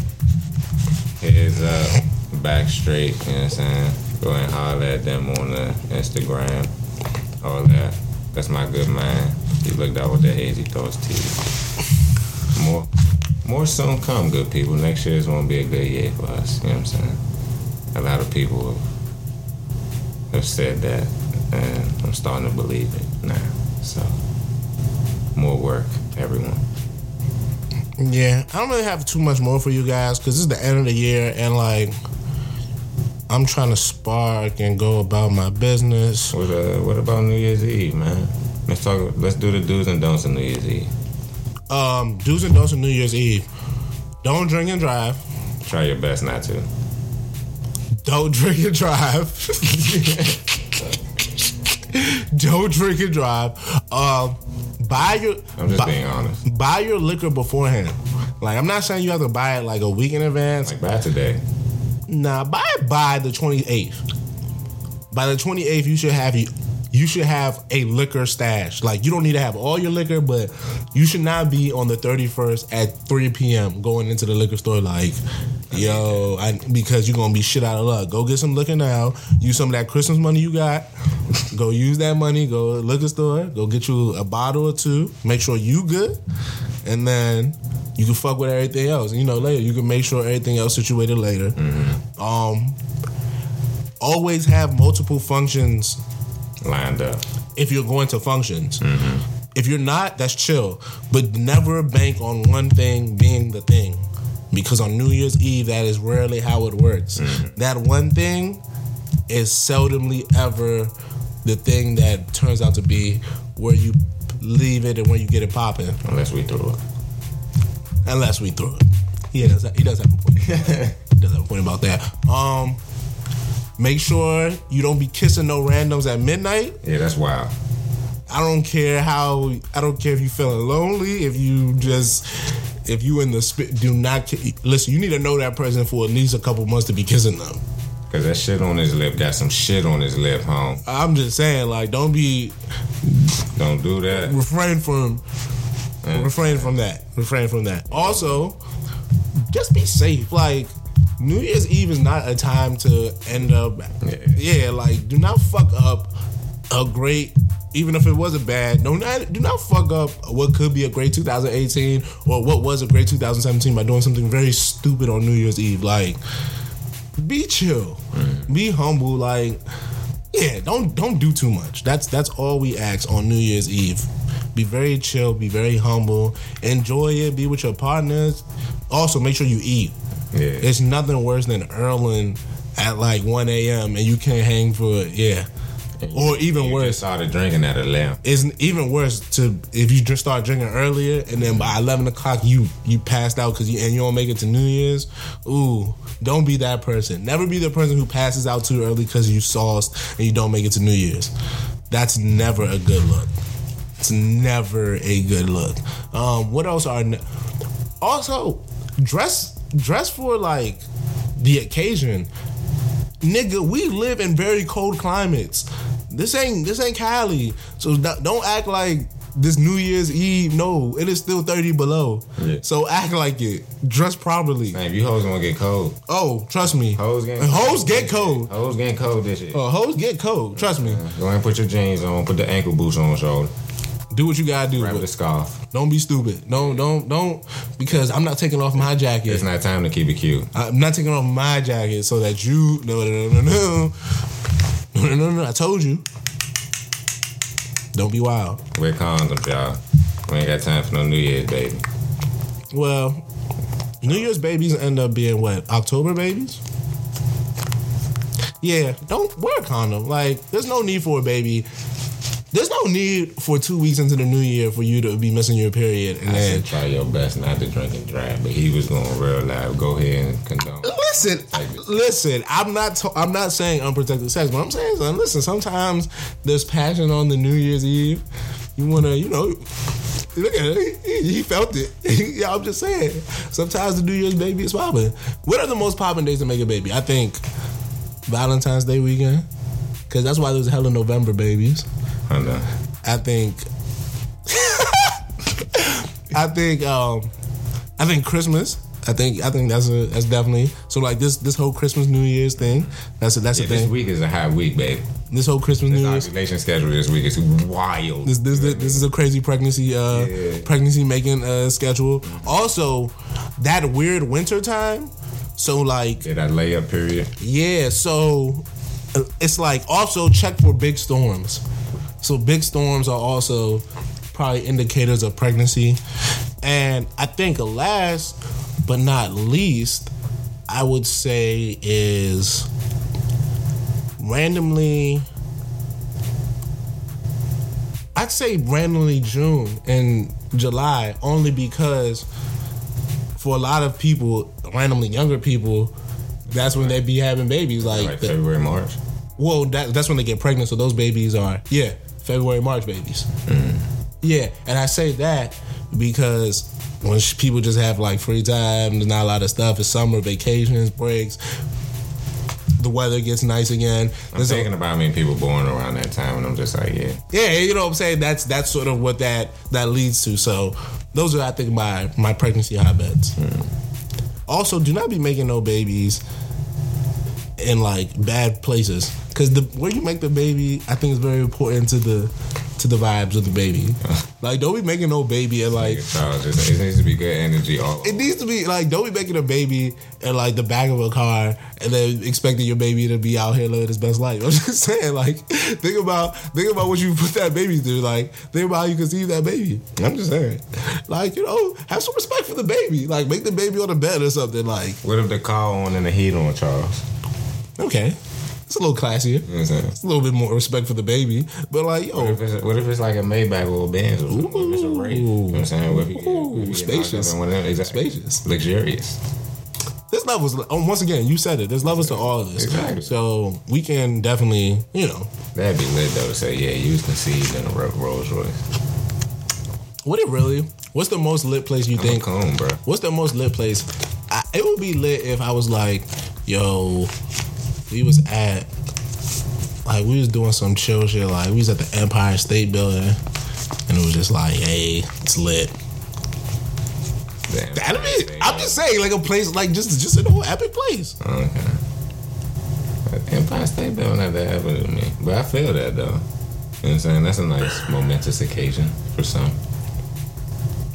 Speaker 3: Heads up, back straight, you know what I'm saying? Go and holler at them on the Instagram. All that. That's my good man. He looked out with the hazy thoughts too. More more soon come, good people. Next year is gonna be a good year for us, you know what I'm saying? A lot of people have said that and I'm starting to believe it now. So more work, everyone.
Speaker 7: Yeah, I don't really have too much more for you guys because this is the end of the year and like I'm trying to spark and go about my business.
Speaker 3: What uh, what about New Year's Eve, man? Let's talk. Let's do the do's and don'ts of New Year's Eve.
Speaker 7: Um, do's and don'ts on New Year's Eve. Don't drink and drive.
Speaker 3: Try your best not to.
Speaker 7: Don't drink and drive. <laughs> Don't drink and drive. Um, buy your
Speaker 3: I'm just
Speaker 7: buy,
Speaker 3: being honest.
Speaker 7: buy your liquor beforehand. Like I'm not saying you have to buy it like a week in advance.
Speaker 3: Like by today,
Speaker 7: Nah, buy it by the 28th. By the 28th, you should have you. You should have a liquor stash. Like you don't need to have all your liquor, but you should not be on the 31st at 3 p.m. going into the liquor store like, yo, I, because you're gonna be shit out of luck. Go get some liquor now. Use some of that Christmas money you got. go use that money. Go to the liquor store. Go get you a bottle or two. Make sure you good, and then you can fuck with everything else. You know, later you can make sure everything else situated later. Um, always have multiple functions
Speaker 3: lined up.
Speaker 7: if you're going to functions. If you're not, that's chill. But never bank on one thing being the thing. Because on New Year's Eve, that is rarely how it works. That one thing is seldomly ever the thing that turns out to be where you leave it and where you get it popping,
Speaker 3: Unless we threw up.
Speaker 7: unless we threw it. Yeah, that's, he does have a point. he does have a point about that. Um, make sure you don't be kissing no randoms at midnight.
Speaker 3: Yeah, that's wild.
Speaker 7: I don't care how. I don't care if you feeling lonely. If you just, if you in the spit, do not ki- listen. You need to know that person for at least a couple months to be kissing them.
Speaker 3: Cause that shit on his lip got some shit on his lip, home.
Speaker 7: I'm just saying, like, don't be
Speaker 3: Don't do that.
Speaker 7: refrain from, refrain from that. Refrain from that. Also, just be safe. Like, New Year's Eve is not a time to end up.
Speaker 3: Yeah.
Speaker 7: yeah like, do not fuck up a great. Even if it was a bad, do not do not fuck up what could be a great 2018 or what was a great 2017 by doing something very stupid on New Year's Eve. Like, be chill,
Speaker 3: Mm.
Speaker 7: be humble. Like, yeah, don't don't do too much. That's that's all we ask on New Year's Eve. Be very chill, be very humble, enjoy it, be with your partners. Also, make sure you eat.
Speaker 3: Yeah.
Speaker 7: It's nothing worse than earling at like 1 a.m. and you can't hang for it. Yeah. Or even
Speaker 3: You just
Speaker 7: worse,
Speaker 3: started drinking at a lamp.
Speaker 7: it's even worse to if you just start drinking earlier and then by eleven o'clock you you passed out because you and you don't make it to New Year's. Ooh, don't be that person. Never be the person who passes out too early because you sauced and you don't make it to New Year's. That's never a good look. It's never a good look. Um, what else are ne- also dress dress for like the occasion nigga, we live in very cold climates. This ain't this ain't Cali, so do- don't act like this New Year's Eve. No, it is still thirty below.
Speaker 3: Yeah.
Speaker 7: So act like it. Dress properly.
Speaker 3: Man, if you hoes gonna get cold.
Speaker 7: Oh, trust me.
Speaker 3: Hoes getting
Speaker 7: Hoes get cold.
Speaker 3: Hoes getting cold this year.
Speaker 7: Uh, hoes get cold. Trust me.
Speaker 3: Go ahead and put your jeans on, put the ankle boots on your shoulder,
Speaker 7: Do what you gotta do.
Speaker 3: wrap the
Speaker 7: But
Speaker 3: scarf.
Speaker 7: don't be stupid. Don't don't don't because I'm not taking off my jacket.
Speaker 3: It's not time to keep it cute.
Speaker 7: I'm not taking off my jacket so that you no no no no no no no no no. I told you. Don't be wild.
Speaker 3: Wear condoms, y'all. We ain't got time for no New Year's, baby.
Speaker 7: Well, New Year's babies end up being what October babies. Yeah, don't wear a condom. Like, there's no need for a baby. There's no need for two weeks into the new year for you to be missing your period
Speaker 3: I
Speaker 7: and then.
Speaker 3: said try your best not to drink and drive, but he was going real loud. Go ahead and condone.
Speaker 7: Listen, I- listen. I'm not. To- I'm not saying unprotected sex, but I'm saying, son, listen. Sometimes there's passion on the New Year's Eve. You wanna, you know, look at it. He, he felt it. <laughs> yeah, I'm just saying. Sometimes the New Year's baby is popping. What are the most popping days to make a baby? I think Valentine's Day weekend, because that's why there's hella November babies.
Speaker 3: Hold on.
Speaker 7: I think. <laughs> I think. Um, I think Christmas. I think. I think that's a. That's definitely. So like this. This whole Christmas New Year's thing. That's a, that's
Speaker 3: Yeah,
Speaker 7: a thing.
Speaker 3: this week is a high week, baby.
Speaker 7: This whole Christmas New
Speaker 3: This
Speaker 7: Year's.
Speaker 3: ovulation schedule this week is wild.
Speaker 7: This this this, this is a crazy pregnancy. Uh,
Speaker 3: Yeah.
Speaker 7: pregnancy making uh schedule. Also, that weird winter time. So like
Speaker 3: Did I lay up period?
Speaker 7: Yeah, so uh, it's like also check for big storms. So big storms are also probably indicators of pregnancy. And I think last but not least, I would say is randomly I'd say randomly June and July only because for a lot of people, randomly younger people, that's when they be having babies. Like,
Speaker 3: Like
Speaker 7: the-
Speaker 3: February, March?
Speaker 7: well, that, that's when they get pregnant. So those babies are yeah, February, March babies.
Speaker 3: Mm.
Speaker 7: Yeah, and I say that because when sh- people just have like free time, there's not a lot of stuff. It's summer vacations, breaks. The weather gets nice again.
Speaker 3: I'm
Speaker 7: There's a-
Speaker 3: thinking about me and people born around that time, and I'm just like, yeah.
Speaker 7: yeah, you know what I'm saying. That's that's sort of what that that leads to. So those are I think my my pregnancy hotbeds. Also, do not be making no babies in like bad places because the where you make the baby, I think is very important to the to the vibes of the baby. Like, don't be making no baby and like.
Speaker 3: Charles, just, it needs to be good energy all
Speaker 7: It needs to be like don't be making a baby in like the back of a car and then expecting your baby to be out here living his best life. <laughs> I'm just saying, like, think about think about what you put that baby through. Like, think about how you conceive that baby. <laughs> I'm just saying, like, you know, have some respect for the baby. Like, make the baby on the bed or something. Like,
Speaker 3: What if the car on and the heat on, Charles?
Speaker 7: okay, it's a little classier.
Speaker 3: You know what I'm saying?
Speaker 7: It's a little bit more respect for the baby, but like,
Speaker 3: What
Speaker 7: yo,
Speaker 3: if, it's, what if it's like a Maybach or a Benz or something? What if it's a Wraith? You know what I'm saying? What if you get-
Speaker 7: Ooh,
Speaker 3: what if you get
Speaker 7: spacious.
Speaker 3: knocked up in one of them? Exactly.
Speaker 7: Spacious.
Speaker 3: Luxurious.
Speaker 7: there's levels. Um, once again, you said it. There's levels to all of this.
Speaker 3: Exactly.
Speaker 7: So we can definitely, you know,
Speaker 3: That'd be lit though to say, yeah, you was conceived in a Ro- Rolls Royce.
Speaker 7: Would it really? What's the most lit place you
Speaker 3: I'm a
Speaker 7: think?
Speaker 3: coon, bro.
Speaker 7: What's the most lit place? I, it would be lit if I was like, yo, we was at, like, we was doing some chill shit. Like, we was at the Empire State Building, and it was just like, hey, it's lit.
Speaker 3: Damn.
Speaker 7: That'd be. I'm just saying, like a place, like just just an whole epic place.
Speaker 3: Okay. Uh, Empire State Building that that happened to me, but I feel that though. You know what I'm saying? That's a nice momentous occasion for some.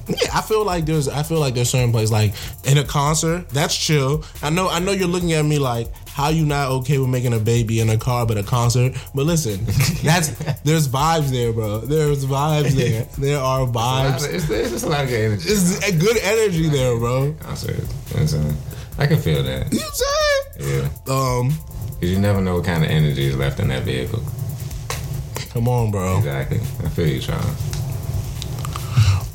Speaker 7: Yeah, I feel like there's I feel like there's certain places like in a concert, that's chill. I know I know you're looking at me like how you not okay with making a baby in a car but a concert.
Speaker 3: <laughs>
Speaker 7: But listen, that's there's vibes there, bro. There's vibes
Speaker 3: <laughs>
Speaker 7: there. There are vibes.
Speaker 3: It's, it's, it's a lot of good energy.
Speaker 7: It's a good energy there, bro.
Speaker 3: Concert. You know what I'm saying? I can feel that.
Speaker 7: You say?
Speaker 3: Yeah.
Speaker 7: Um,
Speaker 3: Cause you never know what kind of energy is left in that vehicle.
Speaker 7: come on, bro.
Speaker 3: Exactly. I feel you, Sean.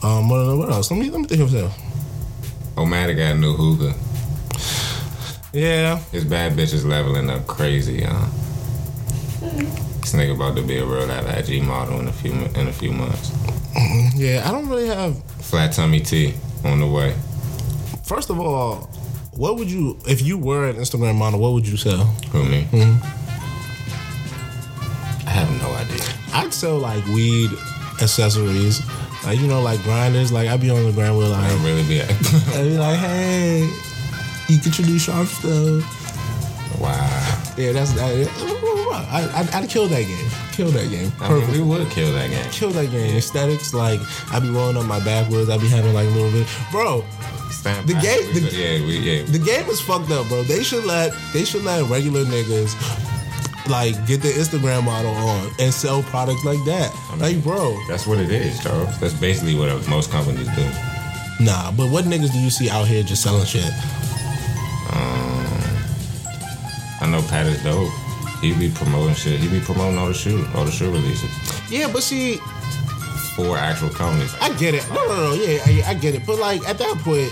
Speaker 7: Um, what, what else? Let me let me think of something.
Speaker 3: Omada got a new hookah.
Speaker 7: Yeah,
Speaker 3: His bad bitch is leveling up crazy, y'all.
Speaker 7: Mm-hmm.
Speaker 3: This nigga about to be a real life IG model in a few mo- in a few months.
Speaker 7: yeah. I don't really have
Speaker 3: Flat tummy T on the way.
Speaker 7: First of all, what would you if you were an Instagram model? What would you sell?
Speaker 3: Who me?
Speaker 7: Mm-hmm.
Speaker 3: I have no idea.
Speaker 7: I'd sell like weed accessories, like you know, like grinders. Like I'd be on the grind with
Speaker 3: I
Speaker 7: like,
Speaker 3: don't really be.
Speaker 7: I'd be like, hey, you get your new sharp stuff.
Speaker 3: <laughs> wow.
Speaker 7: Yeah, that's that. I, I, I'd kill that game. Kill that game.
Speaker 3: I mean,
Speaker 7: Perfect.
Speaker 3: we would kill that game.
Speaker 7: Kill that game. Aesthetics, like I'd be rolling up my backwards. I'd be having like a little bit, bro.
Speaker 3: Stand
Speaker 7: The
Speaker 3: by.
Speaker 7: game-
Speaker 3: We
Speaker 7: the-
Speaker 3: could- yeah, we yeah.
Speaker 7: The game is fucked up, bro. They should let they should let regular niggas like get their Instagram model on and sell products like that. Like, bro,
Speaker 3: that's what it is, Charles. That's basically what most companies do.
Speaker 7: nah. But what niggas do you see out here just selling shit?
Speaker 3: I know Pat is dope. He be promoting shit. He be promoting all the shoe, all the shoe releases
Speaker 7: Yeah, but see,
Speaker 3: for actual companies.
Speaker 7: I get it. No, no, no. Yeah, I, I get it. But like at that point,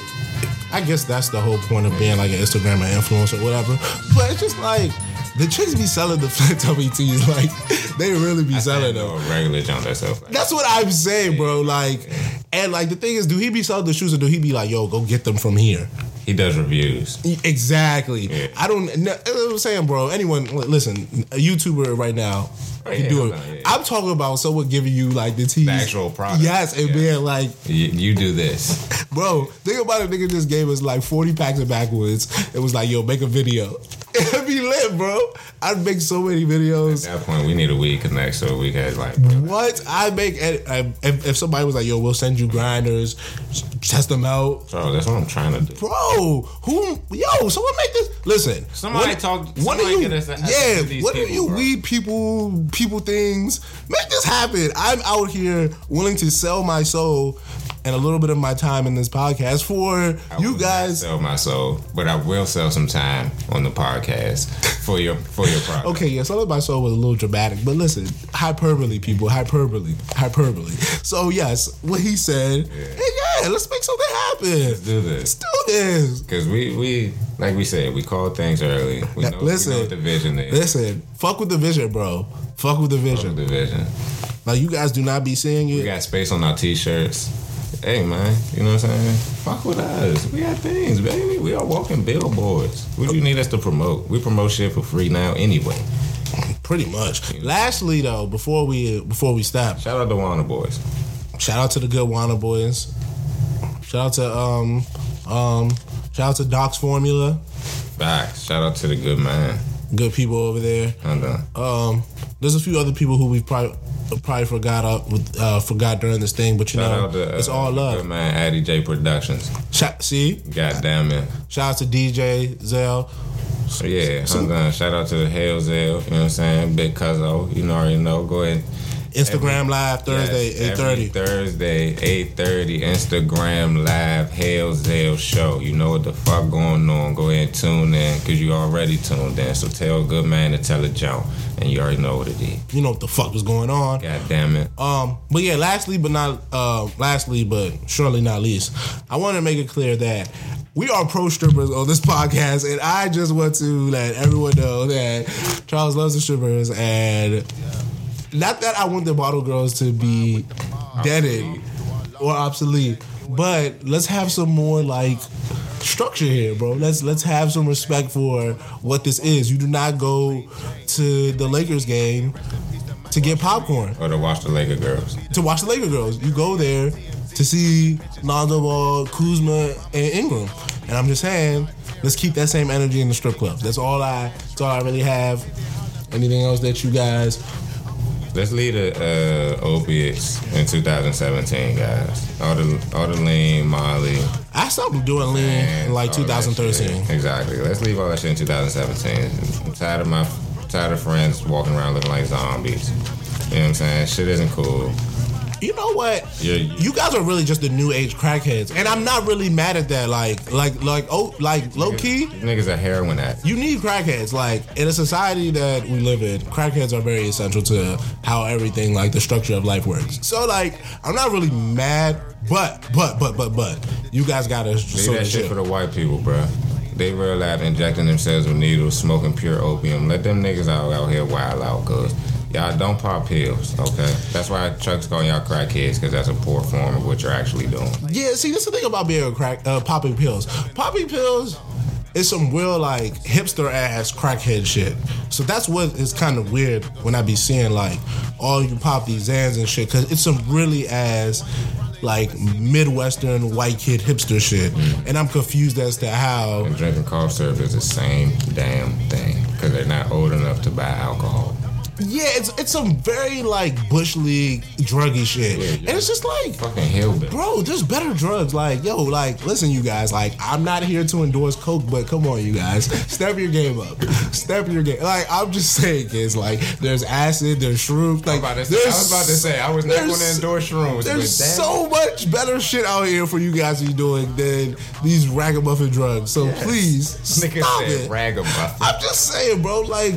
Speaker 7: I guess that's the whole point of being like an Instagram or influencer, or whatever. But it's just like the chicks be selling the <laughs> flat tummy tees. Like they really be selling them.
Speaker 3: know a regular jump herself.
Speaker 7: That's what I'm saying, bro. Like, and like the thing is, do he be selling the shoes or do he be like, yo, go get them from here?
Speaker 3: he does reviews.
Speaker 7: Exactly.
Speaker 3: Yeah.
Speaker 7: I don't. No, that's what I'm saying, bro. Anyone, li- listen, a YouTuber right now.
Speaker 3: Oh,
Speaker 7: can
Speaker 3: yeah,
Speaker 7: do it.
Speaker 3: I know, yeah.
Speaker 7: I'm talking about someone giving you like the tees,
Speaker 3: actual product.
Speaker 7: Yes, and
Speaker 3: Yeah.
Speaker 7: being like,
Speaker 3: You, you do this.
Speaker 7: bro, think about it. Nigga just gave us like 40 packs of backwoods. It was like, yo, make a video. <laughs> It'd be lit, bro. I'd make so many videos.
Speaker 3: At that point, we need a weed connect so we can like.
Speaker 7: What I make and- and if, if somebody was like, "Yo, we'll send you grinders, test them out."
Speaker 3: Charles, that's what I'm trying to do.
Speaker 7: Bro, who? Yo, someone make this. Listen,
Speaker 3: Somebody
Speaker 7: what-
Speaker 3: talk-
Speaker 7: What do
Speaker 3: somebody
Speaker 7: you?
Speaker 3: get us access
Speaker 7: yeah,
Speaker 3: to these
Speaker 7: what do
Speaker 3: people,
Speaker 7: you
Speaker 3: bro.
Speaker 7: weed people? People things. Make this happen. I'm out here willing to sell my soul and a little bit of my time in this podcast for
Speaker 3: I
Speaker 7: you
Speaker 3: will not
Speaker 7: guys.
Speaker 3: sell my soul, but I will sell some time on the podcast for your for your product.
Speaker 7: Okay, yeah, Solid by Soul was a little dramatic, but listen, hyperbole, people, hyperbole, hyperbole. So yes, what he said, yeah, yeah let's make something happen. Let's
Speaker 3: do this.
Speaker 7: Let's do this.
Speaker 3: Because we, we, like we said, we call things early. We
Speaker 7: Now,
Speaker 3: know,
Speaker 7: listen.
Speaker 3: we know what the vision is.
Speaker 7: Listen, fuck with the vision, bro. Fuck with the
Speaker 3: Fuck
Speaker 7: vision.
Speaker 3: the vision.
Speaker 7: Like you guys do not be seeing
Speaker 3: We
Speaker 7: it.
Speaker 3: got space on our t-shirts. Hey man, you know what I'm saying? Fuck with us. We got things, baby. We are walking billboards. What do you need us to promote? We promote shit for free now anyway.
Speaker 7: Pretty much. Lastly, though, before we before we stop,
Speaker 3: Shout out to Warner Boys.
Speaker 7: shout out to the Good Wana Boys. Shout out to um um shout out to Doc's Formula.
Speaker 3: Facts. Shout out to the good man.
Speaker 7: Good people over there.
Speaker 3: And, uh,
Speaker 7: Um, there's a few other people who we probably probably forgot up with, uh, forgot during this thing, but you
Speaker 3: Shout
Speaker 7: know,
Speaker 3: out to, uh,
Speaker 7: it's all
Speaker 3: good
Speaker 7: love.
Speaker 3: man, Addy J Productions.
Speaker 7: Shout, see,
Speaker 3: God damn it.
Speaker 7: shout out to DJ Zell.
Speaker 3: Yeah, I'm gonna shout out to the Hell Zell, you know what I'm saying? Big Cuzzo, you know, already know. Go ahead.
Speaker 7: Instagram live Thursday
Speaker 3: Yes,
Speaker 7: eight
Speaker 3: every
Speaker 7: thirty.
Speaker 3: Thursday, 8.30, Instagram live, Hail Zale Show. You know what the fuck going on. Go ahead and tune in, because you already tuned in. So tell a good man to tell a joke, and you already know what it is.
Speaker 7: You know what the fuck was going on.
Speaker 3: God damn it.
Speaker 7: Um, but yeah, lastly but not uh, lastly but surely not least, I want to make it clear that we are pro strippers on this <laughs> podcast, and I just want to let everyone know that Charles loves the strippers, and not that I want the bottle girls to be deaded or obsolete, but let's have some more like structure here, bro. Let's let's have some respect for what this is. You do not go to the Lakers game to get popcorn
Speaker 3: Or to watch the Laker girls.
Speaker 7: to watch the Laker girls. You go there to see Lonzo Ball, Kuzma, and Ingram. And I'm just saying, let's keep that same energy in the strip club. That's all I. That's all I really have. Anything else that you guys?
Speaker 3: Let's leave the uh, opiates in 2017, guys. All the, all the lean, Molly.
Speaker 7: I stopped doing lean in
Speaker 3: and
Speaker 7: like
Speaker 3: all that
Speaker 7: 2013.
Speaker 3: shit. Exactly. Let's leave all that shit in 2017. I'm tired of my tired of friends walking around looking like zombies. You know what I'm saying? Shit isn't cool.
Speaker 7: You know what?
Speaker 3: Yeah, you-
Speaker 7: You guys are really just the new age crackheads, and I'm not really mad at that. Like, like, like, oh, like low key.
Speaker 3: These Niggas are heroin addicts.
Speaker 7: you need crackheads. Like in a society that we live in, crackheads are very essential to how everything, like the structure of life works. So like, I'm not really mad, but but but but but you guys gotta
Speaker 3: Leave
Speaker 7: sort
Speaker 3: that
Speaker 7: of
Speaker 3: shit
Speaker 7: chill.
Speaker 3: for the white people, bruh. They real out injecting themselves with needles, smoking pure opium. Let them niggas out, out here wild out, cuz. Y'all don't pop pills, okay? That's why Chuck's calling y'all crackheads, because that's a poor form of what you're actually doing.
Speaker 7: Yeah, see, that's the thing about being a crack uh, popping pills. Popping pills is some real like hipster ass crackhead shit. So that's what is kind of weird when I be seeing like all you pop these Zans and shit because it's some really ass like midwestern white kid hipster shit, and I'm confused as to how.
Speaker 3: And drinking cough syrup is the same damn thing, because they're not old enough to buy alcohol.
Speaker 7: Yeah, it's it's some very like bush league druggy shit,
Speaker 3: yeah.
Speaker 7: and it's just like
Speaker 3: Fucking hillbilly.
Speaker 7: bro, there's better drugs. Like, yo, like, listen, you guys. Like, I'm not here to endorse coke, but come on, you guys, step your game up. Step your game. Like, I'm just saying, kids. Like, there's acid, there's shrooms. Like,
Speaker 3: I was about to say-
Speaker 7: there's,
Speaker 3: I was about to say, I was not
Speaker 7: there's-
Speaker 3: gonna endorse shrooms, but
Speaker 7: There's
Speaker 3: that-
Speaker 7: so much better shit out here for you guys to be doing than these ragamuffin drugs. So please
Speaker 3: Nigga
Speaker 7: stop
Speaker 3: said
Speaker 7: it.
Speaker 3: ragamuffin.
Speaker 7: I'm just saying, bro. Like,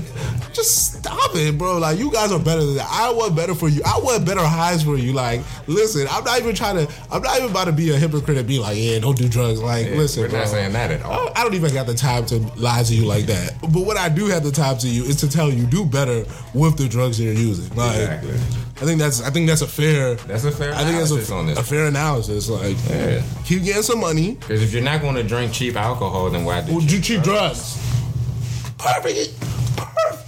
Speaker 7: just stop it, bro. Like, you guys are better than that. I want better for you. I want better highs for you. Like, listen, I'm not even trying to. I'm not even about to be a hypocrite and be like, yeah, don't do drugs. Like,
Speaker 3: Yeah,
Speaker 7: listen,
Speaker 3: we're not
Speaker 7: bro.
Speaker 3: saying that at all.
Speaker 7: I, I don't even got the time to lie to you like that. But what I do have the time to you is to tell you do better with the drugs you're using. Like,
Speaker 3: Exactly.
Speaker 7: I think that's. I think that's a fair.
Speaker 3: That's a fair
Speaker 7: I think that's
Speaker 3: analysis
Speaker 7: a,
Speaker 3: on this.
Speaker 7: a fair analysis. Like,
Speaker 3: Yeah.
Speaker 7: keep getting some money.
Speaker 3: Because if you're not going to drink cheap alcohol, then why do
Speaker 7: Well,
Speaker 3: you?
Speaker 7: do cheap drugs. Perfect. Perfect.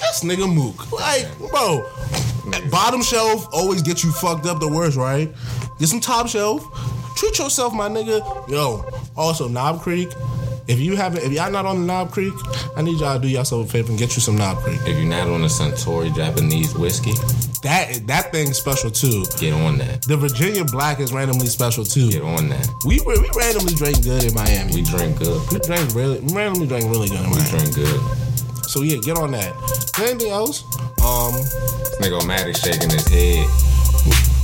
Speaker 7: That's nigga mook. Like, bro, bottom shelf always get you fucked up the worst, right? Get some top shelf. Treat yourself, my nigga. Yo, also Knob Creek. If you haven't, if y'all not on the Knob Creek, I need y'all to do yourself a favor and get you some Knob Creek.
Speaker 3: If you're not on a Suntory Japanese whiskey,
Speaker 7: That that thing's special too.
Speaker 3: get on that.
Speaker 7: The Virginia Black is randomly special too.
Speaker 3: Get on that.
Speaker 7: We we randomly drank good in Miami.
Speaker 3: We
Speaker 7: We,
Speaker 3: drink good.
Speaker 7: drank really, we randomly drank really good in Miami.
Speaker 3: We drink good.
Speaker 7: So yeah, get on that. Anything else? Um,
Speaker 3: This nigga O'Matic shaking his head.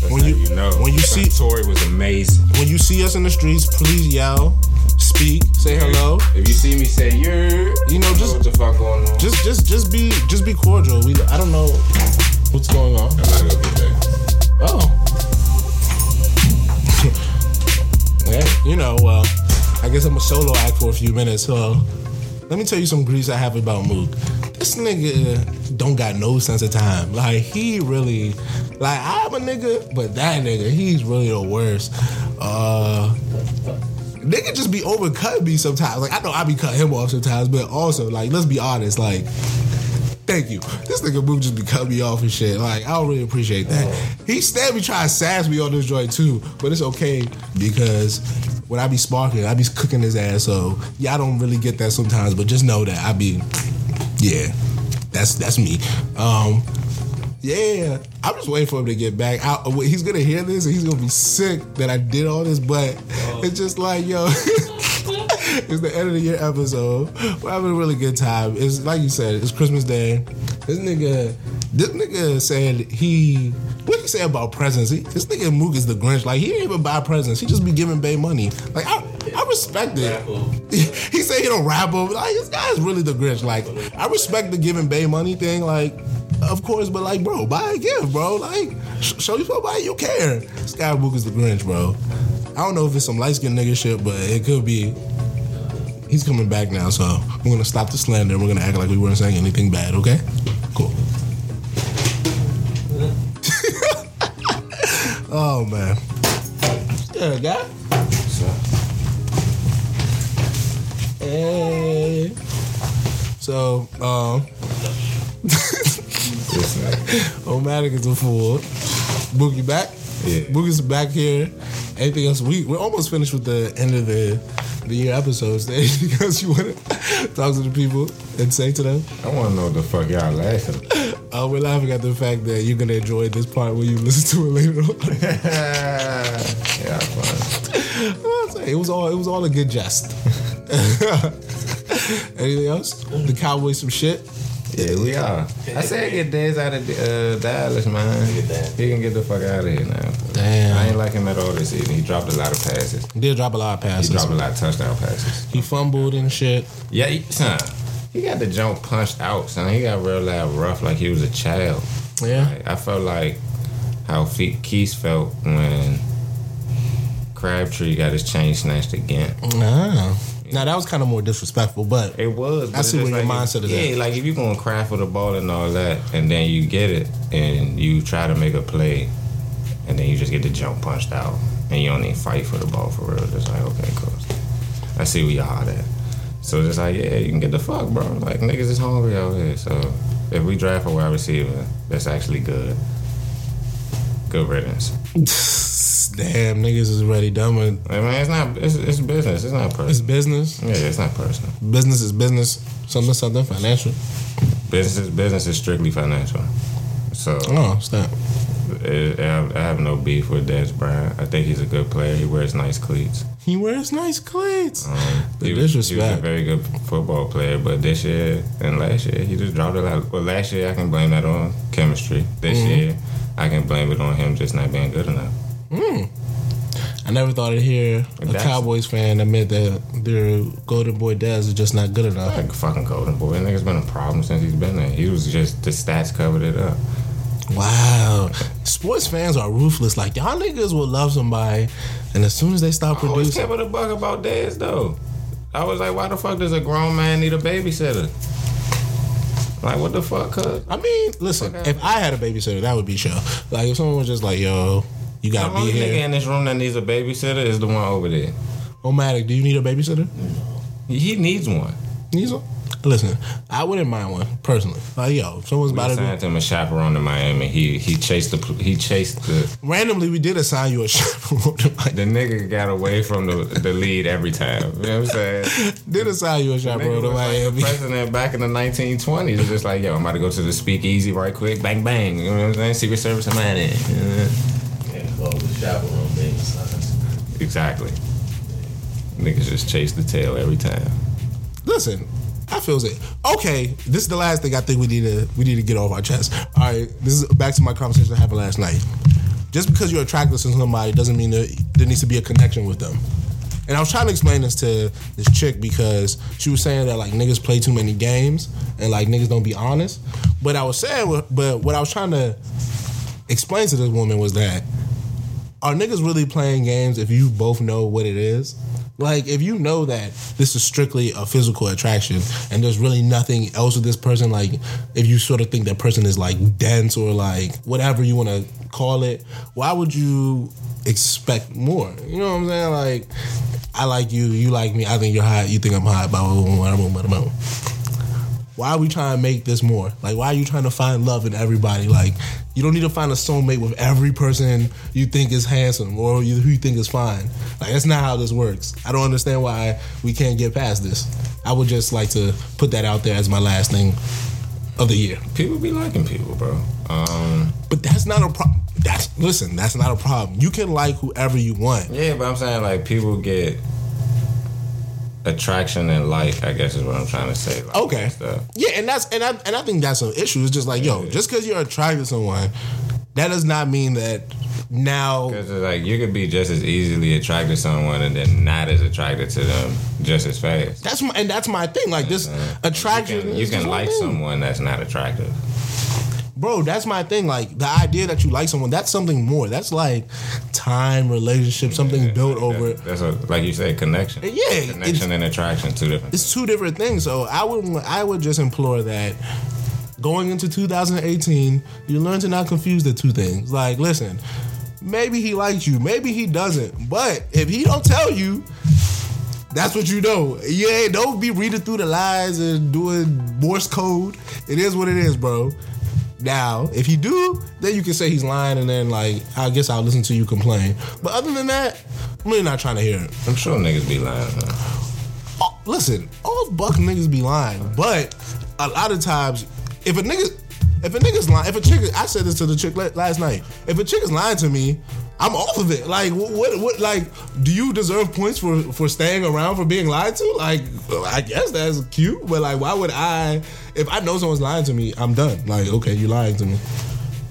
Speaker 3: That's
Speaker 7: When
Speaker 3: how
Speaker 7: you-
Speaker 3: know,
Speaker 7: when you see-
Speaker 3: Suntory was amazing.
Speaker 7: when you see us in the streets, please yell, speak, say hello.
Speaker 3: If you see me, say you're.
Speaker 7: You know, just-
Speaker 3: what the fuck going on.
Speaker 7: Just, just, just be, just be cordial. We, I don't know what's going on.
Speaker 3: I'm not gonna get that.
Speaker 7: Oh, <laughs> yeah. You know, well, I guess I'm a solo act for a few minutes. So let me tell you some griefs I have about Mook. This nigga don't got no sense of time. Like he really, like I'm a nigga, but that nigga, he's really the worst. Uh. Nigga just be overcut me sometimes. Like I know I be cut him off sometimes, but also like let's be honest, like Thank you. This nigga move just be cutting me off and shit. Like, I don't really appreciate that. He stabbed me trying to sass me on this joint too, but it's okay because when I be sparking, I be cooking his ass. So y'all don't really get that sometimes, but just know that I be, yeah, that's that's me. Um, Yeah, I'm just waiting for him to get back. I, uh, he's gonna hear this and he's gonna be sick that I did all this, but it's just like, yo, <laughs> it's the end of the year episode. We're having a really good time. It's like you said, it's Christmas Day. This nigga, this nigga said he, what he say about presents? He, this nigga Mook is the Grinch. Like he didn't even buy presents. He just be giving Bay money. Like I, I respect it. He said he don't rap over. Like this guy's really the Grinch. Like I respect the giving Bay money thing. Like. Of course, but like, bro, buy a gift, bro. Like, sh- show you somebody you care. This guy Book is the Grinch, bro. I don't know if it's some light skinned nigga shit, but it could be. He's coming back now, so we're gonna stop the slander and we're gonna act like we weren't saying anything bad, okay? Cool. <laughs> oh, man. Yeah, guy. Hey. So, um, Omatic is a fool. Boogie back.
Speaker 6: Yeah.
Speaker 7: Boogie's back here. Anything else? We we're almost finished with the end of the the year episodes. <laughs> Anything else you wanna talk to the people and say to them?
Speaker 3: I want to know what the fuck y'all laughing. about.
Speaker 7: Uh, we're laughing at the fact that you're gonna enjoy this part when you <laughs> listen to it later on.
Speaker 3: <laughs> yeah, fine.
Speaker 7: I'll say, it was all it was all a good jest. <laughs> Anything else? The Cowboys some shit.
Speaker 3: Yeah, we are. I said get Dez out of uh, Dallas, man. He can get the fuck out of here now.
Speaker 7: Damn.
Speaker 3: I ain't like him at all this season. He dropped a lot of passes.
Speaker 7: Did drop a lot of
Speaker 3: He
Speaker 7: passes.
Speaker 3: dropped a lot of touchdown passes.
Speaker 7: He fumbled and shit.
Speaker 3: Yeah, he, son. He got the jump punched out, son. He got real loud rough like he was a child.
Speaker 7: Yeah.
Speaker 3: Like, I felt like how Fe- Keys felt when Crabtree got his chain snatched again.
Speaker 7: Ah. Now that was kind of more disrespectful, but <laughs>
Speaker 3: It was. but
Speaker 7: I see
Speaker 3: it's
Speaker 7: where
Speaker 3: like
Speaker 7: your
Speaker 3: if-
Speaker 7: mindset is
Speaker 3: Yeah,
Speaker 7: at.
Speaker 3: like if you're gonna cry for the ball and all that, and then you get it, and you try to make a play, and then you just get the jump punched out, and you don't even fight for the ball for real. Just like okay, cool. I see where y'all at. So just like yeah, you can get the fuck, bro. Like niggas is hungry out here. So if we draft a wide receiver, that's actually good. Good riddance.
Speaker 7: damn, niggas is already done with
Speaker 3: Like, man, it's not. It's, it's business. It's not
Speaker 7: it's
Speaker 3: personal.
Speaker 7: business.
Speaker 3: Yeah, it's not personal.
Speaker 7: Business is business. Something, something financial.
Speaker 3: Business. Business is strictly financial. So.
Speaker 7: Oh, stop.
Speaker 3: Uh, I have- I have no beef with Des Bryant. I think he's a good player. He wears nice cleats. Um,
Speaker 7: He wears nice cleats. the
Speaker 3: He was, he was a
Speaker 7: disrespect.
Speaker 3: very good football player, but this year and last year, he just dropped a lot. Well, last year, I can blame that on chemistry. This
Speaker 7: Mm-hmm.
Speaker 3: year, I can blame it on him just not being good enough.
Speaker 7: I never thought I'd hear a
Speaker 3: That's-
Speaker 7: Cowboys fan admit that their golden boy Dez is just not good enough.
Speaker 3: Like, fucking Golden Boy. That nigga's been a problem since he's been there. He was just, the stats covered it up.
Speaker 7: Wow. Sports fans are ruthless. Like y'all niggas will love somebody, and as soon as they stop
Speaker 3: I always
Speaker 7: producing,
Speaker 3: kept it a bug about Dez, though. I was like, why the fuck does a grown man need a babysitter? Like, what the fuck, cuz?
Speaker 7: I mean, listen, if I had a babysitter, that would be show. Like if someone was just like, yo, you
Speaker 3: The
Speaker 7: gotta be
Speaker 3: only nigga
Speaker 7: here.
Speaker 3: in this room that needs a babysitter is the one over there.
Speaker 7: Omatic, do you need a babysitter?
Speaker 3: He needs one.
Speaker 7: Need some? Listen, I wouldn't mind one personally. Like yo, if someone's
Speaker 3: We
Speaker 7: about to
Speaker 3: signed him a chaperone in Miami. He he chased the he chased the
Speaker 7: randomly, we did assign you a <laughs> chaperone.
Speaker 3: the nigga got away from the, the lead every time. You know what I'm
Speaker 7: <laughs>
Speaker 3: saying?
Speaker 7: did assign you a
Speaker 3: Nigga
Speaker 7: chaperone to
Speaker 3: was like the
Speaker 7: Miami.
Speaker 3: president back in the 1920s. It was just like, yo, I'm about to go to the speakeasy right quick. Bang bang. You know what I'm saying? Secret Service, I'm at it. You know?
Speaker 5: Yeah, well, the chaperone thing signs.
Speaker 3: Exactly. Niggas just chase the tail every time.
Speaker 7: Listen, I feels it. Okay, this is the last thing I think we need to we need to get off our chest. All right, this is back to my conversation I happened last night. Just because you're attracted to somebody doesn't mean that there needs to be a connection with them. And I was trying to explain this to this chick because she was saying that like niggas play too many games and like niggas don't be honest. But I was saying, but what I was trying to explain to this woman was that are niggas really playing games if you both know what it is? Like, if you know that this is strictly a physical attraction and there's really nothing else with this person, like, if you sort of think that person is like dense or like whatever you want to call it, why would you expect more? You know what I'm saying? Like, I like you, you like me, I think you're hot, you think I'm hot, blah, blah, blah, blah, blah, blah, blah why are we trying to make this more? Like, why are you trying to find love in everybody? Like, you don't need to find a soulmate with every person you think is handsome or you, who you think is fine. Like, that's not how this works. I don't understand why we can't get past this. I would just like to put that out there as my last thing. of the year.
Speaker 3: People be liking people, bro. Um,
Speaker 7: But that's not a problem. That's listen. That's not a problem. You can like whoever you want.
Speaker 3: yeah, but I'm saying like people get attraction and like. I guess is what I'm trying to say. Like,
Speaker 7: Okay.
Speaker 3: Stuff.
Speaker 7: Yeah, and that's and I and I think that's an issue. It's just like yo, just because you're attracted to someone, that does not mean that now.
Speaker 3: Because it's like you could be just as easily attracted to someone and then not as attracted to them just as fast.
Speaker 7: That's my and that's my thing. Like this
Speaker 3: You
Speaker 7: attraction.
Speaker 3: can,
Speaker 7: is
Speaker 3: you
Speaker 7: just
Speaker 3: can
Speaker 7: my
Speaker 3: like
Speaker 7: thing.
Speaker 3: someone that's not attractive.
Speaker 7: bro. That's my thing. Like the idea that you like someone, that's something more. That's like time, relationship, something built over.
Speaker 3: That's, that's a, like you said, connection.
Speaker 7: Yeah, it's-
Speaker 3: connection and attraction, two different.
Speaker 7: it's two different things. So I would I would just implore that going into 2018, you learn to not confuse the two things. Like, listen, maybe he likes you, maybe he doesn't. But if he don't tell you, that's what you know. Yeah, don't be reading through the lies and doing Morse code. It is what it is, bro. Now, if he do, then you can say he's lying, and then like I guess I'll listen to you complain. But other than that, I'm really not trying to hear it.
Speaker 3: I'm sure niggas be lying. huh?
Speaker 7: Oh, listen, all buck niggas be lying, but a lot of times, if a nigga, if a nigga's lying, if a chick, I said this to the chick la- last night. If a chick is lying to me, I'm off of it. Like, what, what, what like, do you deserve points for for staying around for being lied to? Like, I guess that's cute, but like, why would I? If I know someone's lying to me, I'm done. Like, okay, you lying to me.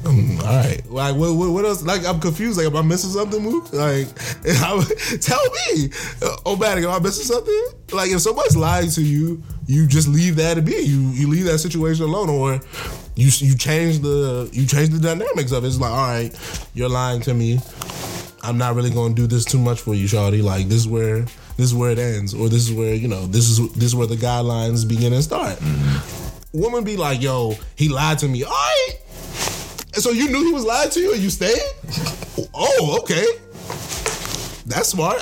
Speaker 7: Um, all right. Like, what, what, what else? Like, I'm confused. Like, am I missing something, Mook? Like, <laughs> I, <laughs> tell me. Uh, Oh, man, am I missing something? Like, if someone's lying to you, you just leave that to be. You you leave that situation alone, or you you change the you change the dynamics of it. It's like, all right, you're lying to me. I'm not really gonna do this too much for you, Shawty. Like, this is where this is where it ends, or this is where you know this is this is where the guidelines begin and start.
Speaker 3: Mm-hmm.
Speaker 7: Woman be like, yo, he lied to me. All right. And so you knew he was lying to you and you stayed? oh, okay. That's smart. I,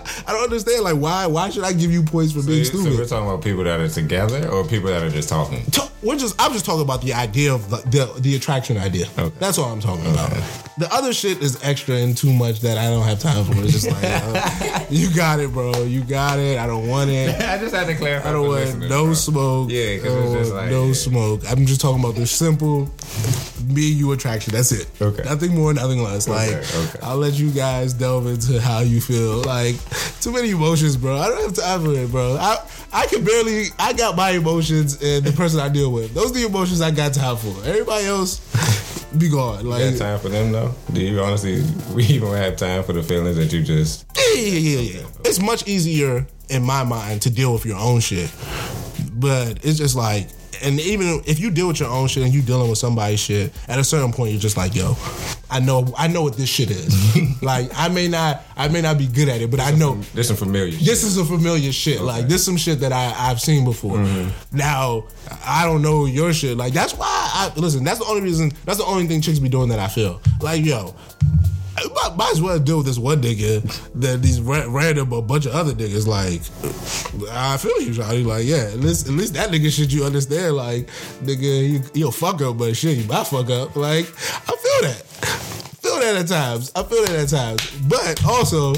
Speaker 7: I, I don't understand. Like, why why should I give you points for being
Speaker 3: So
Speaker 7: stupid?
Speaker 3: we're talking about people that are together or people that are just talking.
Speaker 7: Ta- we're just I'm just talking about the idea of the the, the attraction idea.
Speaker 3: Okay.
Speaker 7: That's all I'm talking about. The other shit is extra and too much that I don't have time for. It's just like uh, you got it, bro. You got it. I don't want it.
Speaker 3: <laughs> I just had to clarify.
Speaker 7: I don't want no smoke.
Speaker 3: Yeah, 'cause it's
Speaker 7: Oh,
Speaker 3: just like,
Speaker 7: no
Speaker 3: yeah.
Speaker 7: smoke. I'm just talking about the simple me and you attraction. That's it.
Speaker 3: Okay.
Speaker 7: Nothing more, nothing less. Like
Speaker 3: okay.
Speaker 7: I'll let you guys delve into how you feel. Like too many emotions, bro. I don't have time for it, bro. I I can barely. I got my emotions and the person I deal with. Those are the emotions I got time for. Everybody else, be gone. Like
Speaker 3: You got time for them though? Do you honestly? <laughs> We even have time for the feelings that you just
Speaker 7: Yeah, yeah, yeah, yeah. It's much easier in my mind to deal with your own shit. But it's just like, and even if you deal with your own shit and you dealing with somebody's shit, at a certain point you're just like, yo, I know, I know what this shit is. like, I may not, I may not be good at it, but I know
Speaker 3: There's some familiar.
Speaker 7: this is a familiar shit. Like this, some shit that I I've seen before. Now I don't know your shit. Like that's why I listen. That's the only reason. That's the only thing chicks be doing that I feel like yo. I Might, might as well deal with this one nigga than these ra- random a bunch of other niggas. Like, I feel you, Johnny. Like, yeah, at least, at least that nigga shit you understand. Like, nigga, you, you'll fuck up, but shit, you might fuck up. Like, I feel that. feel that at times. I feel that at times. But also,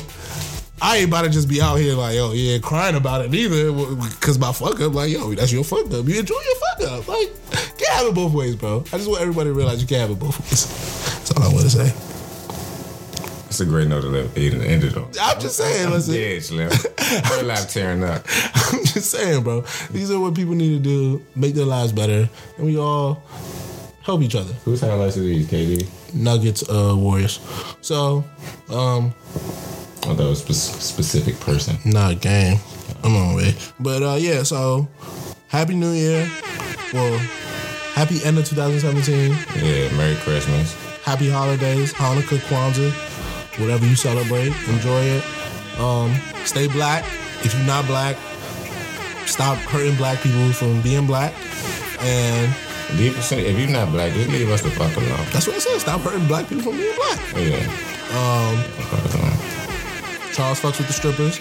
Speaker 7: I ain't about to just be out here like, oh yeah, crying about it neither, because my fuck up, like, yo, that's your fuck up. You enjoy your fuck up, like, can't have it both ways, bro. I just want everybody to realize you can't have it both ways. That's all I want to say.
Speaker 3: It's a great note to live, even end it
Speaker 7: <laughs>
Speaker 3: on.
Speaker 7: I'm just saying, listen,
Speaker 3: Yeah, Slim. Her lap tearing up.
Speaker 7: <laughs> I'm just saying, bro. These are what people need to do, make their lives better, and we all help each other.
Speaker 3: Who's highlights of these, KD?
Speaker 7: Nuggets, uh, Warriors. So, um,
Speaker 3: Oh, that was spe- specific person.
Speaker 7: Not a game. I'm on with. But uh yeah, so happy new year. Well, happy end of 2017.
Speaker 3: Yeah, Merry Christmas.
Speaker 7: Happy holidays, Hanukkah, Kwanzaa, whatever you celebrate. Enjoy it. Um, stay black. If you're not black, stop hurting black people from being black. And
Speaker 3: Leave us, if you're not black, just leave us the fuck alone.
Speaker 7: that's what I said. Stop hurting black people from being black.
Speaker 3: Yeah.
Speaker 7: Um, Charles fucks with the strippers.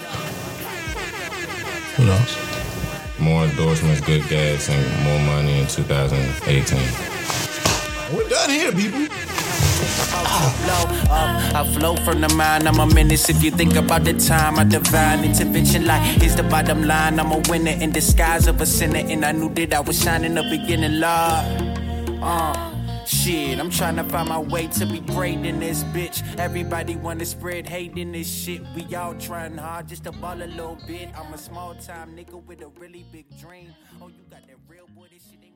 Speaker 7: What else?
Speaker 3: More endorsements, good gas, and more money in 2018.
Speaker 7: We're done here, people.
Speaker 8: Low up, I flow from the mind. I'm a menace. If you think about the time, I divine intervention. Like here's the bottom line. I'm a winner in disguise of a sinner, and I knew that I was shining the beginning. Love, uh, shit. I'm trying to find my way to be great in this bitch. Everybody wanna spread hate in this shit. We all trying hard just to ball a little bit. I'm a small time nigga with a really big dream. Oh, you got that real boy. This shit. ain't-